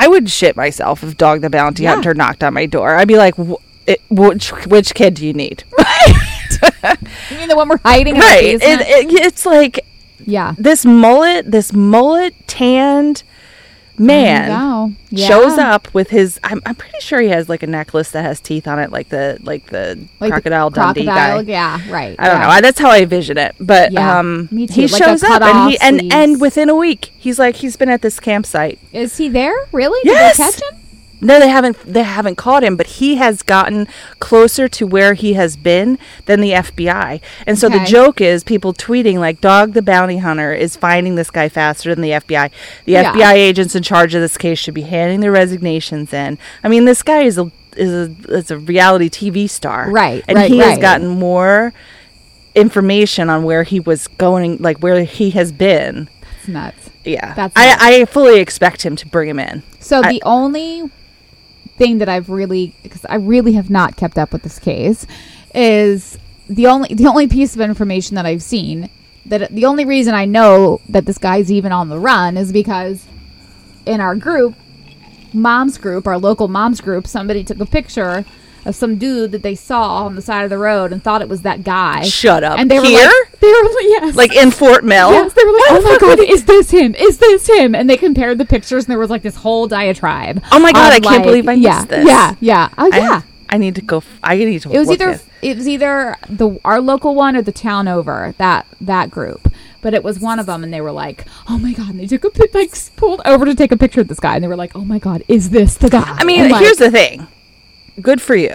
I would shit myself if Dog the bounty hunter knocked on my door. I'd be like, "Wh- it, which, which kid do you need? Yeah. You mean the one we're hiding? in the [laughs] Right. It, basement? it, it's like yeah. this mullet, this mullet tanned man go. Oh Yeah. shows up with his. I'm, I'm pretty sure he has like a necklace that has teeth on it, like the like the Like the crocodile Dundee crocodile, guy. Yeah. Right. I don't yeah. know. I, that's how I envision it. But Yeah, um, he me too, like a shows up cut and he off and sleeves. and within a week, he's like he's been at this campsite. Is he there? Really? Yes. Did they catch him? No, they haven't. They haven't caught him, but he has gotten closer to where he has been than the FBI. And so the Okay. joke is, people tweeting like, "Dog the bounty hunter is finding this guy faster than the FBI." The Yeah. FBI agents in charge of this case should be handing their resignations in. I mean, this guy is a is a is a reality TV star, Right, And right, he has right. gotten more information on where he was going, like where he has been. It's nuts. Yeah, That's I, I fully expect him to bring him in. So I- the only thing that I've really, because I really have not kept up with this case, is the only the only piece of information that I've seen that the only reason I know that this guy's even on the run is because in our group, mom's group, our local mom's group, somebody took a picture of some dude that they saw on the side of the road and thought it was that guy. Shut up. And they were Here? like, they were like, yes, like in Fort Mill. Yes, they were like, "Oh my god, is this him? Is this him?" And they compared the pictures, and there was like this whole diatribe. Oh my God, on, I can't like- believe I missed yeah, this. Yeah, yeah, oh I, yeah. I need to go. f- I need to. It was look either at- it was either the our local one or the town over that that group, but it was one of them, and they were like, "Oh my god!" And they took a pic, like s- pulled over to take a picture of this guy, and they were like, "Oh my god, is this the guy?" I mean, here's the thing. Good for you,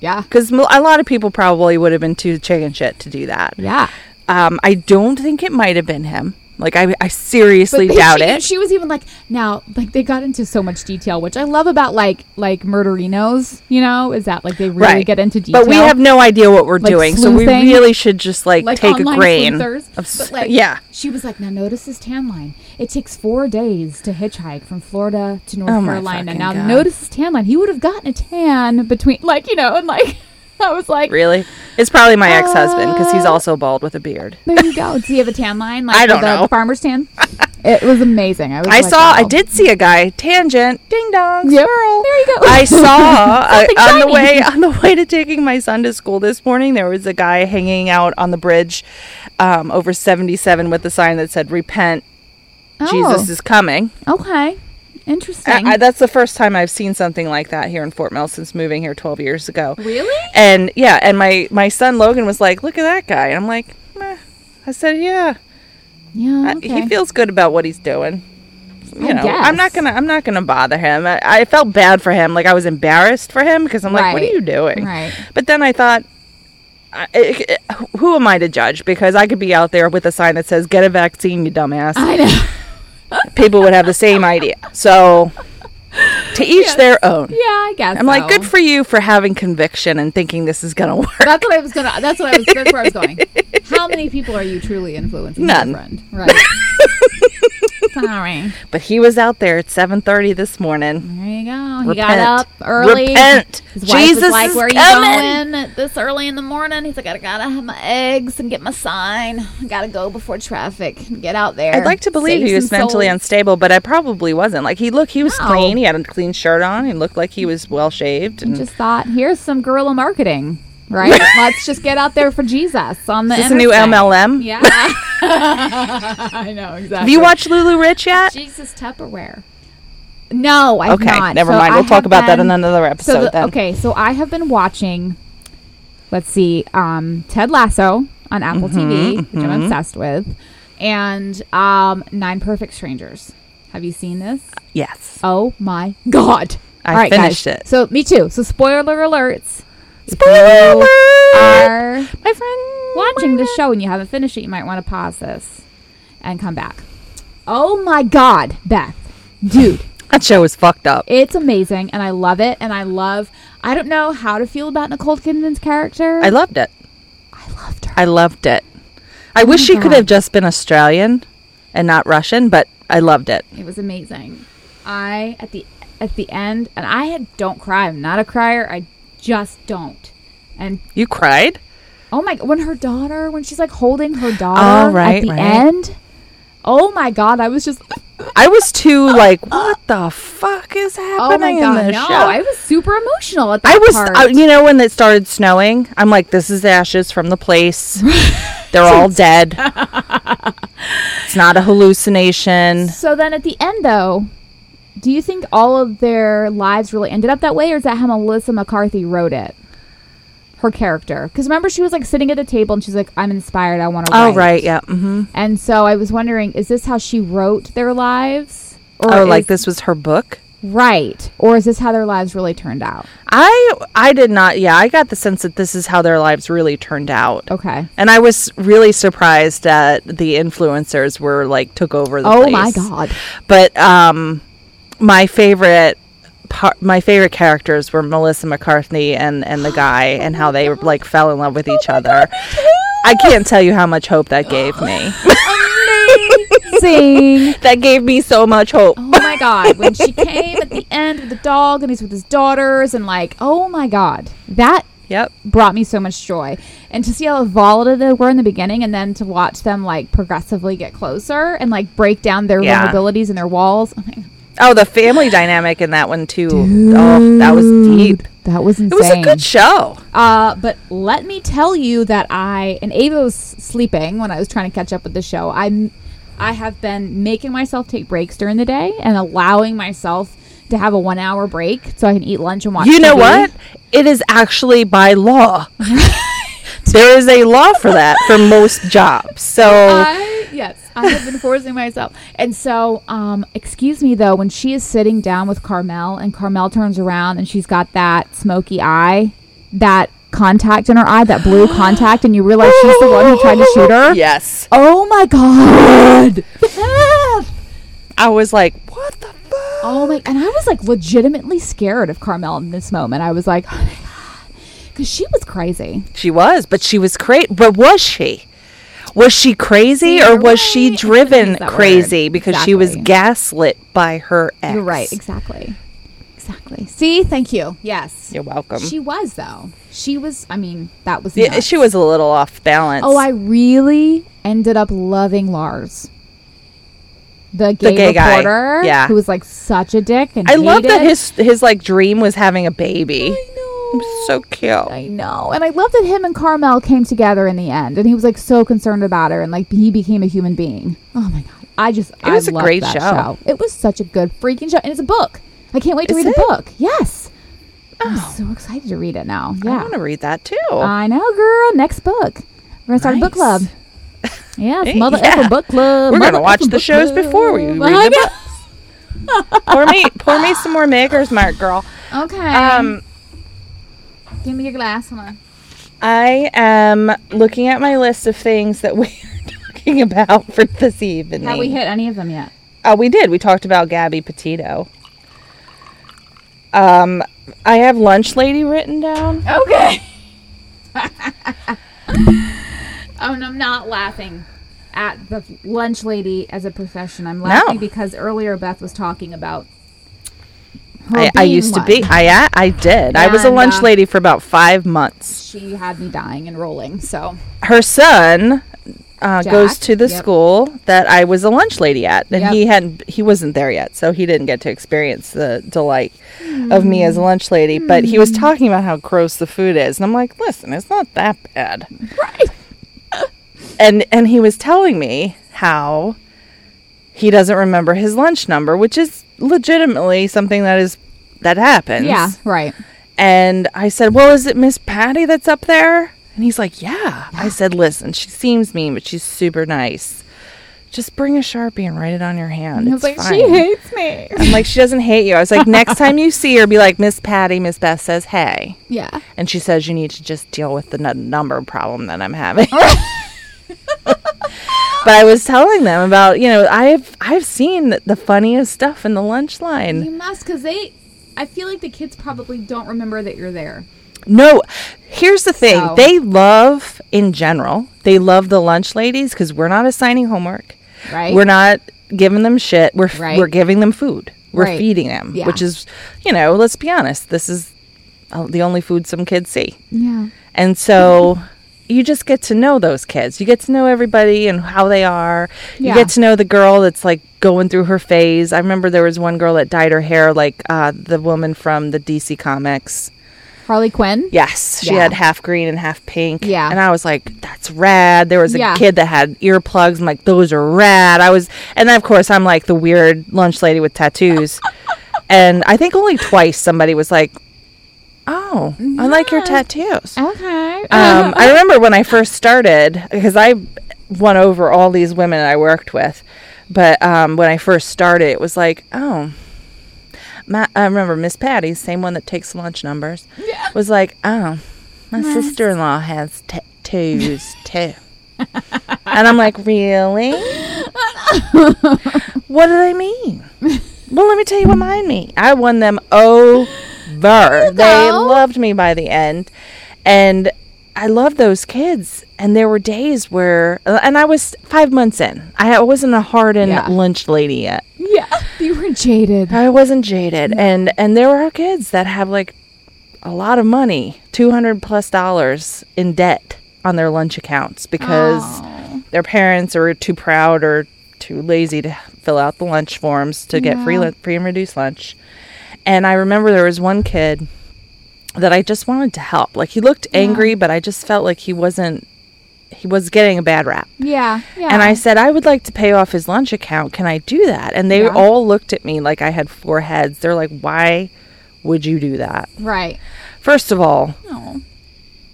yeah, because a lot of people probably would have been too chicken shit to do that. yeah. Um, I don't think it might have been him. Like I, I seriously But doubt she, it. She was even like, now, like they got into so much detail, which I love about like like murderinos. You know, is that like they really get into detail. But we have no idea what we're Like doing, so we sleuthing? really should just like, like take a online grain sleuthers. of s- But, like, yeah. She was like, now notice this tan line. It takes four days to hitchhike from Florida to North Oh my Carolina. fucking Now God. notice this tan line. He would have gotten a tan between, like you know, and like [laughs] I was like, Really, it's probably my ex-husband because he's Uh, also bald with a beard. there you go. Do you have a tan line? Like I don't with the know. farmer's [laughs] tan. it was amazing. I was. I like, saw, I wow. did see a guy. Tangent, ding dong, Yep. squirrel. There you go. I [laughs] saw uh, Something on the shiny. way [laughs] on the way to taking my son to school this morning. There was a guy hanging out on the bridge um, over seventy seven with a sign that said "Repent, Oh, Jesus is coming." Okay. Interesting. I, I, that's the first time I've seen something like that here in Fort Mill since moving here 12 years ago. Really? And yeah, and my my son Logan was like, "Look at that guy," and I'm like, "Meh." I said, "Yeah, yeah. I- Okay. he feels good about what he's doing." You I know, I'm not guess. gonna I'm not gonna bother him. I, I felt bad for him, like I was embarrassed for him because I'm like, "What are Right. you doing?" Right. But then I thought. I, I- I- who am I to judge? Because I could be out there with a sign that says "Get a vaccine, you dumbass." I know. People would have the same idea. So, to each their own. Yeah, I guess. I'm like, so. good for you for having conviction and thinking this is gonna [laughs] work. That's what I was gonna. That's what I was. That's where I [laughs] was going. How many people are you truly influencing? None. My friend? [laughs] Right. Sorry. But he was out there at 7:30 this morning. There you go. He got Repent. up early. Repent. His wife Jesus was like, is "Where are you coming." going this early in the morning?" He's like, "I gotta have my eggs and get my sign. I gotta go before traffic. and Get out there." I'd like to believe Save he was some mentally souls. unstable, but I probably wasn't. Like he looked, he was No. clean. He had a clean shirt on. He looked like he was well shaved. And Just thought, here's some guerrilla marketing. [laughs] Right. Let's just get out there for Jesus on the. is this a new interstate. MLM? [laughs] Yeah. [laughs] I know exactly. Have you watched Lulu Rich yet? Jesus Tupperware. No, I Okay, not. never So mind. I We'll talk have about that in been- another So episode. the- then. okay, so I have been watching. Let's see, um, Ted Lasso on Apple Mm-hmm, TV, which I'm obsessed with, and um, Nine Perfect Strangers. Have you seen this? Yes. Oh my god! I finished it. So me too. So spoiler alerts. Spoiler You alert! are My friend. watching the show and you haven't finished it, you might want to pause this and come back. Oh my god, Beth, dude. That show is fucked up. It's amazing, and I love it. And I love. I don't know how to feel about Nicole Kidman's character. I loved it. I loved her. I loved it. I wish she could Oh God. have just been Australian and not Russian, but I loved it. It was amazing. I at the at the end, and I had don't cry. I'm not a crier. I just don't. And You cried? oh my, when her daughter, when she's like holding her daughter Oh, right, at the right. end. Oh my god, I was just. I was too like, what the fuck is Oh my happening in god, this no! show? I was super emotional at that I was, uh, part. I, you know, when it started snowing, I'm like, this is ashes from the place. [laughs] They're all dead. it's not a [laughs] hallucination. So then at the end, though, do you think all of their lives really ended up that way, or is that how Melissa McCarthy wrote it? Her character. Because remember, she was like sitting at the table and she's like, I'm inspired. I want to Oh, write. right. Yeah. hmm And so I was wondering, is this how she wrote their lives? Or Oh, like is- this was her book? Right. Or is this how their lives really turned out? I I did not. Yeah, I got the sense that this is how their lives really turned out. Okay. And I was really surprised that the influencers were like took over the Oh place. my God. But um my favorite par- my favorite characters were Melissa McCarthy and and the guy and how they like fell in love with each Oh other. I can't tell you how much hope that gave me. [gasps] [laughs] Sing. that gave me so much hope. Oh my God. When she came at the end with the dog and he's with his daughters and like, oh my God. That Yep. brought me so much joy. And to see how volatile they were in the beginning and then to watch them like progressively get closer and like break down their Yeah. vulnerabilities and their walls. Oh, the family dynamic in that one too. Oh, that was deep. That was It insane. was a good show. Uh, but let me tell you that I and Ava was sleeping when I was trying to catch up with the show. I'm I have been making myself take breaks during the day and allowing myself to have a one hour break so I can eat lunch and watch. You know TV. what? It is actually by [laughs] law. there is a law for that for most jobs. So I yes, I have been forcing myself. And so, um, excuse me though, when she is sitting down with Carmel and Carmel turns around and she's got that smoky eye, that contact in her eye, that [gasps] blue contact, and you realize she's the one who tried to shoot her. yes, Oh my god. I was like, what the fuck? oh my and I was like legitimately scared of Carmel in this moment. I was like, oh my god. Cause she was crazy. She was, but she was crazy. But was she? Was she crazy You're or was right. I she shouldn't driven use that word. crazy because she was Exactly. gaslit by her ex? You're right, exactly. Exactly. See, thank you. Yes. You're welcome. She was though. She was I mean, that was yeah, nuts. she was a little off balance. Oh, I really ended up loving Lars. The gay, gay guy. reporter Yeah. who was like such a dick and I love that hated- his Oh, his like dream was having a baby. I know. So cute. I know. And I love that him and Carmel came together in the end. And he was like so concerned about her and like he became a human being. Oh my God. I just, it was a a great that show. show. It was such a good freaking show. And it's a book. I can't wait to Is read it? the Oh. book. Yes. I'm so excited to read it now. I Yeah. Uh, want to read that too. I know, girl. Next book. We're going to start a [laughs] book Nice. club. Yeah, it's Hey, Mother yeah. Effer Book Club. We're Mother gonna watch Effer the Book shows Club. before we Oh read my the pour me pour me some more Maker's Mark, girl. God. Okay. Um, Give me your glass. Hold on. I am looking at my list of things that we are [laughs] talking about for this evening. Have we hit any of them yet? Oh, we did. We talked about Gabby Petito. Um, I have Lunch Lady written down. Okay. [laughs] oh, and I'm not laughing at the lunch lady as a profession. I'm laughing because earlier Beth was talking about her I, I being used one. to be. I I- I did. I was a And, lunch uh, lady for about five months. She had me dying and rolling. So Her son. Uh, goes Jack, to the yep. school that I was a lunch lady at, and Yep. he hadn't he wasn't there yet, so he didn't get to experience the delight of me as a lunch lady. But he was Hmm. talking about how gross the food is, and I'm like, listen, it's not that bad, right. and and he was telling me how he doesn't remember his lunch number, which is legitimately something that is that happens. Yeah. Right. And I said, Well, is it Miss Patty that's up there? And he's like, Yeah. I [gasps] said, Listen, she seems mean, but she's super nice. Just bring a Sharpie and write it on your hand. I It's was like, fine. she [laughs] hates me. I'm like, She doesn't hate you. I was like, [laughs] Next time you see her, be like, Miss Patty, Miss Beth says, Hey. Yeah. And she says, You need to just deal with the n- number problem that I'm [laughs] having. But I was telling them about, you know, I've I've seen the funniest stuff in the lunch line. You must, because they. I feel like the kids probably don't remember that you're there. No, here's the thing. So- They love, in general, they love the lunch ladies because we're not assigning homework. Right. We're not giving them shit. We're Right. we're giving them food. We're Right. feeding them, Yeah. which is, you know, let's be honest. This is uh, the only food some kids see, Yeah. and [laughs] so. You just get to know those kids. You get to know everybody and how they are. Yeah. You get to know the girl that's like going through her phase. I remember there was one girl that dyed her hair like uh, the woman from the DC Comics. Harley Quinn. Yes, she Yeah. had half green and half pink. Yeah. and I was like, "That's rad." There was a Yeah. kid that had earplugs. I'm like, "Those are rad." I was, and then of course I'm like the weird lunch lady with [laughs] tattoos. and I think only twice somebody was like, "Oh, I like your [laughs] tattoos." Okay. [laughs] um, I remember when I first started because I won over all these women I worked with, but um, when I first started, it was like, oh, my I remember Miss Patty, same one that takes lunch numbers, was like, "Oh, my sister-in-law has tattoos too," and I'm like, "Really? what do they mean?" Well, let me tell you what mine mean. I won them over. They go. loved me by the end, and I love those kids. And there were days where, and I was five months in. I wasn't a hardened Yeah. lunch lady yet. Yeah. You were jaded. I wasn't jaded, and and there are kids that have like a lot of money, two hundred plus dollars in debt on their lunch accounts because their parents are too proud or too lazy to fill out the lunch forms to get free lu- free and reduced lunch. And I remember there was one kid that I just wanted to help. Like he looked angry, but I just felt like he wasn't. He was getting a bad rap. Yeah. Yeah. And I said, I would like to pay off his lunch account. Can I do that? And they Yeah. all looked at me like I had four heads. They're like, why would you do that? Right. First of all, Oh.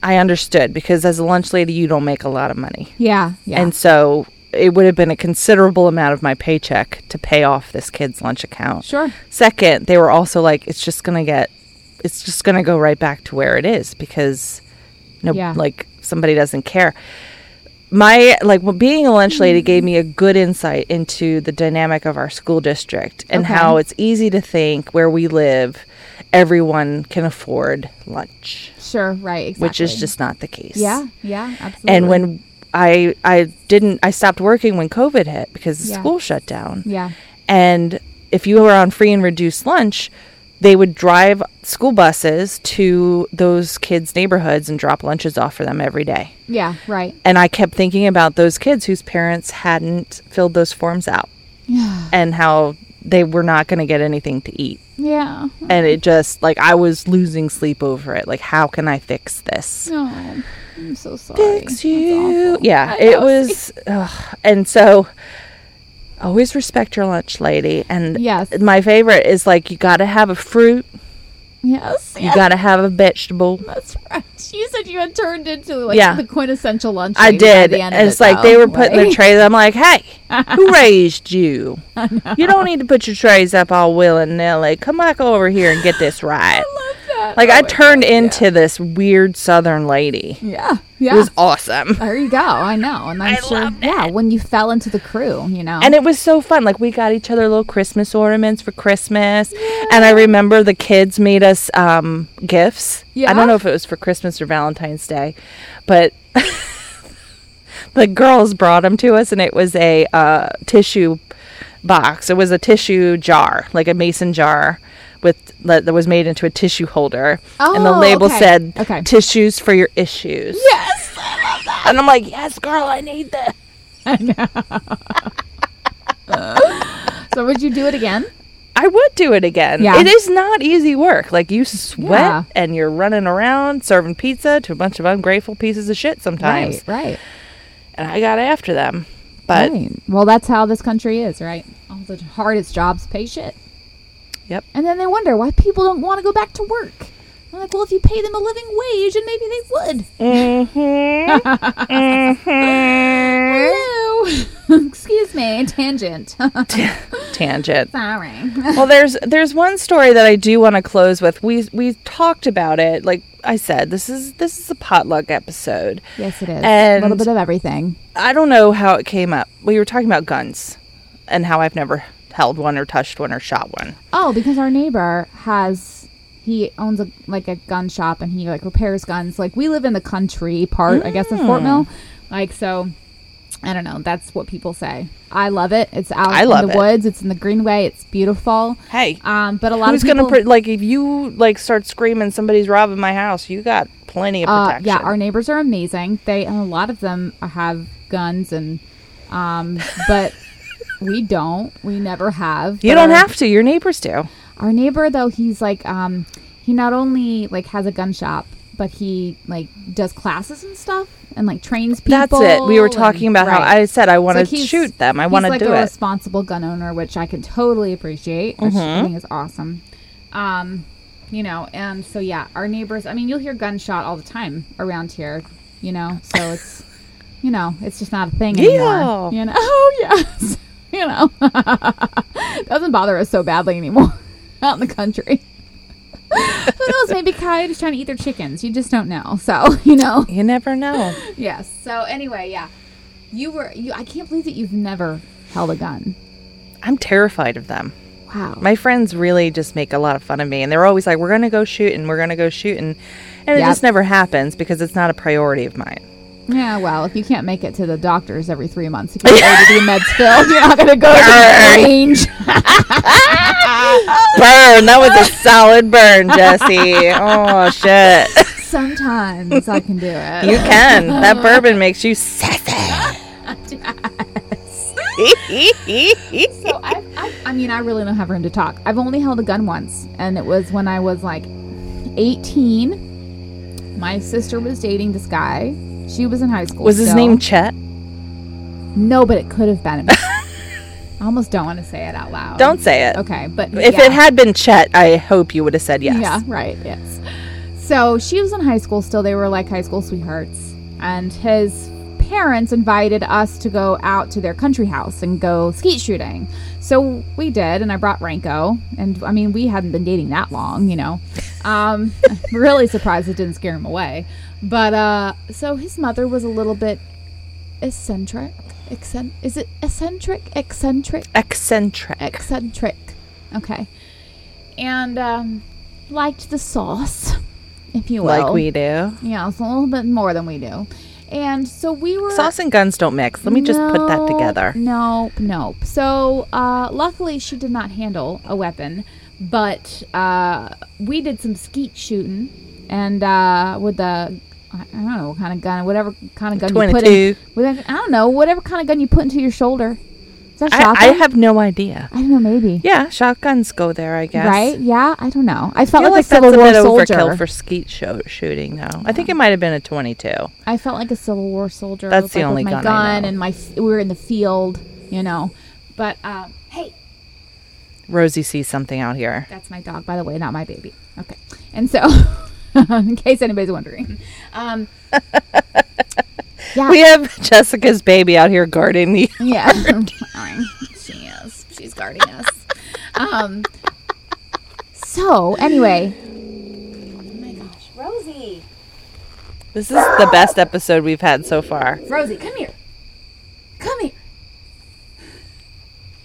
I understood because as a lunch lady, you don't make a lot of money. Yeah. Yeah. And so it would have been a considerable amount of my paycheck to pay off this kid's lunch account. Sure. Second, they were also like, it's just going to get, it's just going to go right back to where it is because, no, Yeah. like somebody doesn't care. My, like, well, being a lunch lady gave me a good insight into the dynamic of our school district and Okay. how it's easy to think where we live, everyone can afford lunch, sure. Right. Exactly. which is just not the case. Yeah. Yeah. Absolutely. And when I I didn't I stopped working when COVID hit because the Yeah. school shut down. Yeah. And if you were on free and reduced lunch, they would drive school buses to those kids' neighborhoods and drop lunches off for them every day. Yeah. Right. And I kept thinking about those kids whose parents hadn't filled those forms out Yeah. and how they were not going to get anything to eat. Yeah. And it just like I was losing sleep over it. Like how can I fix this? No. I'm so sorry. fix That's you. awful. Yeah, I it know. [laughs] was. Ugh. And so, always respect your lunch lady. And Yes. my favorite is like you got to have a fruit, Yes. you got to have a [laughs] vegetable. That's right. You said you had turned into like Yeah. the quintessential lunch. I lady by did, the end and of it's it, like they [laughs] though, were putting their right? trays. I'm like, hey, [laughs] who raised you? You don't need to put your trays up all willy nilly. Come back over here and get [laughs] this right. that. Like Oh I my turned into this weird Southern lady. Yeah. Yeah. It was awesome. there you go. I know, and I'm I sure. love yeah, when you fell into the crew, you know. And it was so fun. Like we got each other little Christmas ornaments for Christmas, and I remember the kids made us um, gifts. I Yeah? don't know if it was for Christmas or Valentine's Day, but [laughs] the girls brought them to us, and it was a uh, tissue box. It was a tissue jar, like a mason jar. With that that was made into a tissue holder, and the Oh, label okay. said Okay. "tissues for your issues." yes, And I'm like, "Yes, girl, I need this." so would you do [laughs] it again? I would do it again. Yeah. It is not easy work. Like you sweat Yeah. and you're running around serving pizza to a bunch of ungrateful pieces of shit sometimes. Right, right, And I got after them. But right. Well, that's how this country is, right? All the hardest jobs pay shit, yep. and then they wonder why people don't want to go back to work. I'm like, well, if you pay them a living wage, and maybe they [laughs] would. [laughs] Hello. [laughs] Excuse me, tangent. [laughs] Tangent. Sorry. well, there's there's one story that I do want to close with. We we talked about it. Like I said, this is this is a potluck episode. Yes, it is. And a little bit of everything. I don't know how it came up. We were talking about guns and how I've never held one or touched one or shot one. Oh, because our neighbor has he owns a like a gun shop and he like repairs guns. Like we live in the country part, I Mm. guess, of Fort Mill. Like so I don't know, that's what people say. I love it. It's out I in love the it. woods, it's in the greenway, it's beautiful. Hey. Um but a lot Who's of people gonna pre- like if you like start screaming somebody's robbing my house? You got plenty of uh, protection. yeah, our neighbors are amazing. They and a lot of them have guns and um but we don't. We never have. you but don't our- have to. Your neighbors do. Our neighbor though, he's like um he not only like has a gun shop, but he like does classes and stuff and like trains people. That's it. We were talking and- about how right. I said I It's want like to he's- shoot them. I he's want to like do a it. responsible gun owner, which I can totally appreciate, which Mm-hmm. I think is awesome. Um, you know, and so yeah, our neighbors. I mean, you'll hear gunshot all the time around here. You know, so it's [laughs] you know, it's just not a thing Yeehaw. anymore. [laughs] You know, oh yes, you know, doesn't bother us so badly anymore. [laughs] out in the country. [laughs] Who knows? Maybe Coyote is trying to eat their chickens. You just don't know. So [laughs] you know. You never [laughs] know. Yes. So anyway, yeah. You were. You. I can't believe that you've never held a gun. I'm terrified of them. Wow. My friends really just make a lot of fun of me, and they're always like, "We're gonna go shooting. We're gonna go shooting," and it Yep. just never happens because it's not a priority of mine. yeah. Well, if you can't make it to the doctors every three [laughs] months, if you're ready to be meds filled, [laughs] you're not gonna go to the range. Burn. That [laughs] was a solid burn, Jesse. Oh shit. [laughs] Sometimes I can do it. [laughs] You can. That bourbon makes you sassy. So I, I, I mean, I really don't have room to talk. I've only held a gun once, and it was when I was like 18. My sister was dating this guy. She was in high school. was his still. name Chet? No, but it could [laughs] have been. I almost don't want to say it out loud. Don't say it. Okay, but If yeah. it had been Chet, I hope you would have said yes. Yeah, right. Yes. So she was in high school still. They were like high school sweethearts. And his parents invited us to go out to their country house and go skeet shooting. So we did. And I brought Ranko. And I mean, we hadn't been dating that long, you know. Um, [laughs] I'm really surprised it didn't scare him away. But uh, so his mother was a little bit eccentric. Eccent- is it eccentric? Eccentric? Eccentric. eccentric. Okay. And um, liked the sauce, if you will. like we do. Yeah, it's a little bit more than we do. And so we were. Sauce and guns don't mix. Let me just put that Nope, together. Nope, nope. So uh, luckily she did not handle a weapon, but uh, we did some skeet shooting and uh, with the. I I don't know what kind of gun, whatever kind of gun you put 22. in. whatever- I don't know, whatever kind of gun you put into your shoulder. Is that shotgun? I, I have no idea. I don't know, maybe. Yeah, shotguns go there, I guess. Right? Yeah, I don't know. I I felt feel like, like that's a Civil a War bit soldier. overkill for skeet show- shooting, though. I think it might have been a 22. I felt like a Civil War soldier. That's with, the like, with only my gun I know. and my f- we were in the field, you know. But um, hey, Rosie sees something out here. that's my dog, by the way, not my baby. Okay, and so [laughs] in case anybody's wondering, um, [laughs] yeah, We have Jessica's baby out here guarding the. yeah, [laughs] Fine. she is. She's guarding us. Um. So anyway, This is the best episode we've had so far. Rosie, come here, come here.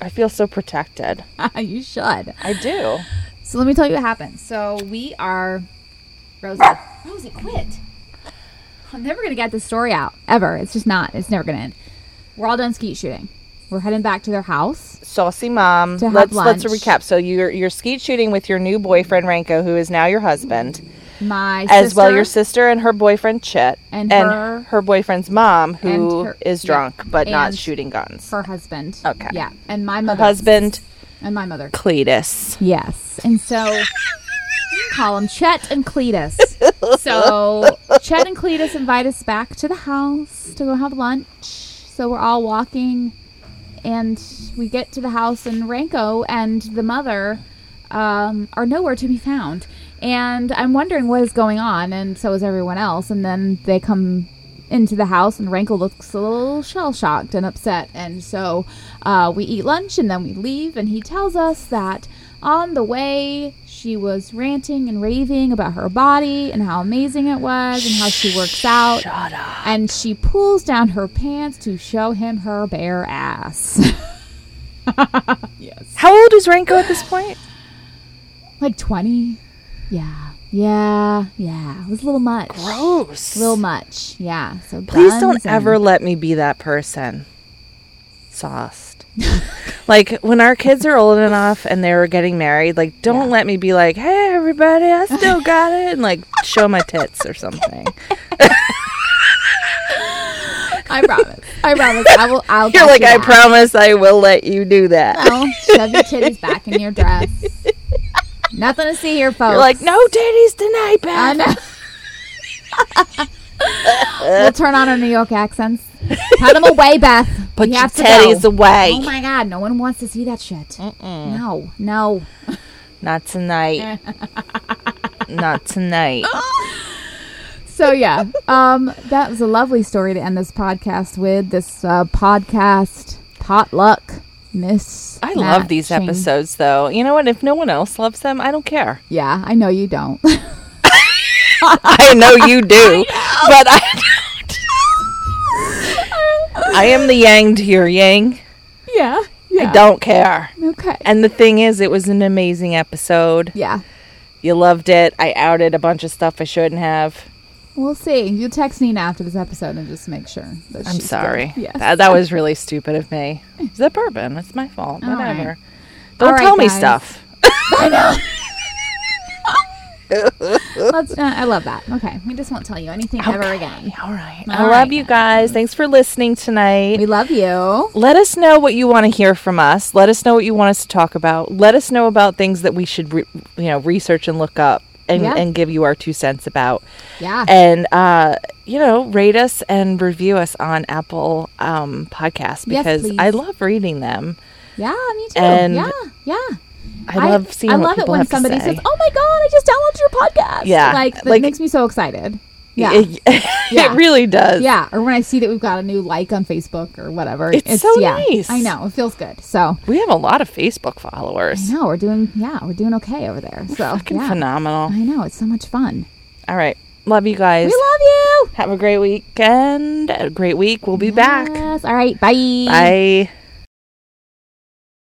I feel so protected. [laughs] you should. I do. So let me tell you what happened. So we are Rosie. Rosie, quit. I'm never gonna get this story out ever. It's just not. It's never gonna end. We're all done skeet shooting. We're heading back to their house. Saucy mom. To have let's let's lunch. recap. So you're you're skeet shooting with your new boyfriend Ranko, who is now your husband, My as well sister your sister and her boyfriend Chet, And her- boyfriend's mom, and who is her- yeah. drunk but not And shooting guns. her husband. Okay. Yeah, and my mother. husband and my mother. Cletus. Yes. [laughs] And so call them Chet and Cletus. so Chet and Cletus invite us back to the house to go have lunch. So we're all walking and we get to the house and Ranko and the mother um, are nowhere to be found. And I'm wondering what is going on and so is everyone else. And then they come into the house and Rankle looks a little shell shocked and upset. And so uh, we eat lunch and then we leave. And he tells us that on the way, she was ranting and raving about her body and how amazing it was and how she works out. Shut up. And she pulls down her pants to show him her bare ass. [laughs] How old is Ranko at this point? like 20. Yeah. Yeah. Yeah. It was a little much. Gross. A little much. Yeah. So Please guns don't and- ever let me be that person. Sauced. [laughs] like when our kids are old enough and they're getting married, like don't let me be like, "Hey everybody, I [laughs] still got it," and like show my tits or something. I [laughs] promise. I promise. I will. I'll. You're cut like, you "I back. [laughs] promise I will let you do that." Well, shove your titties back in [laughs] your dress. Nothing to see here, folks. You're like, "No titties tonight, Oh. I Beth." [laughs] know. we'll turn on our New York accents. Put them away, Beth. Put we your have to titties go. away. Oh my God! No one wants to see that shit. No, no. Not [laughs] tonight. Not [gasps] tonight. So yeah, um, that was a lovely story to end this podcast with. This uh, podcast potluck miss. I love these episodes, though. You know what? If no one else loves them, I don't [laughs] care. Yeah, I know you don't. [laughs] I know you do, but I don't. I am the yang to your yang. yeah. Yeah. I don't care. Okay. And the thing is, it was an amazing episode. yeah. You loved it. I outed a bunch of stuff I shouldn't have. We'll see. You'll text Nina after this episode and just make sure. That I'm she's good. sorry. Yes. That, that was really stupid of me. It's a bourbon. It's my fault. All right. Whatever. Don't All right, tell me guys. stuff. Let's, uh, I love that. Okay. We just won't tell you anything ever again. All right. I All love right, you guys. Thanks for listening tonight. We love you. Let us know what you want to hear from us. Let us know what you want us to talk about. Let us know about things that we should, re- you know, research and look up and, Yeah. and give you our two cents about. Yeah. [laughs] And uh, you know, rate us and review us on Apple um, Podcasts Yes, because please. I love reading them. Yeah, me too. And yeah, yeah. I love seeing. I what love it people when have to somebody say. says, "Oh my god, I just downloaded your podcast." Yeah, like that like- makes me so excited. "Oh, Yeah, Yeah. It, [laughs] Yeah. it really does. yeah. Or when I see that we've got a new like on Facebook or whatever, It's so yeah, nice. I know it feels good. So We have a lot of Facebook followers. no, we're doing yeah, we're doing okay over there. so Fucking yeah, phenomenal. I know it's so much fun. All right. Love you guys. We love you. Have a great weekend. A great week. We'll be back. Yes. All right. Bye. Bye.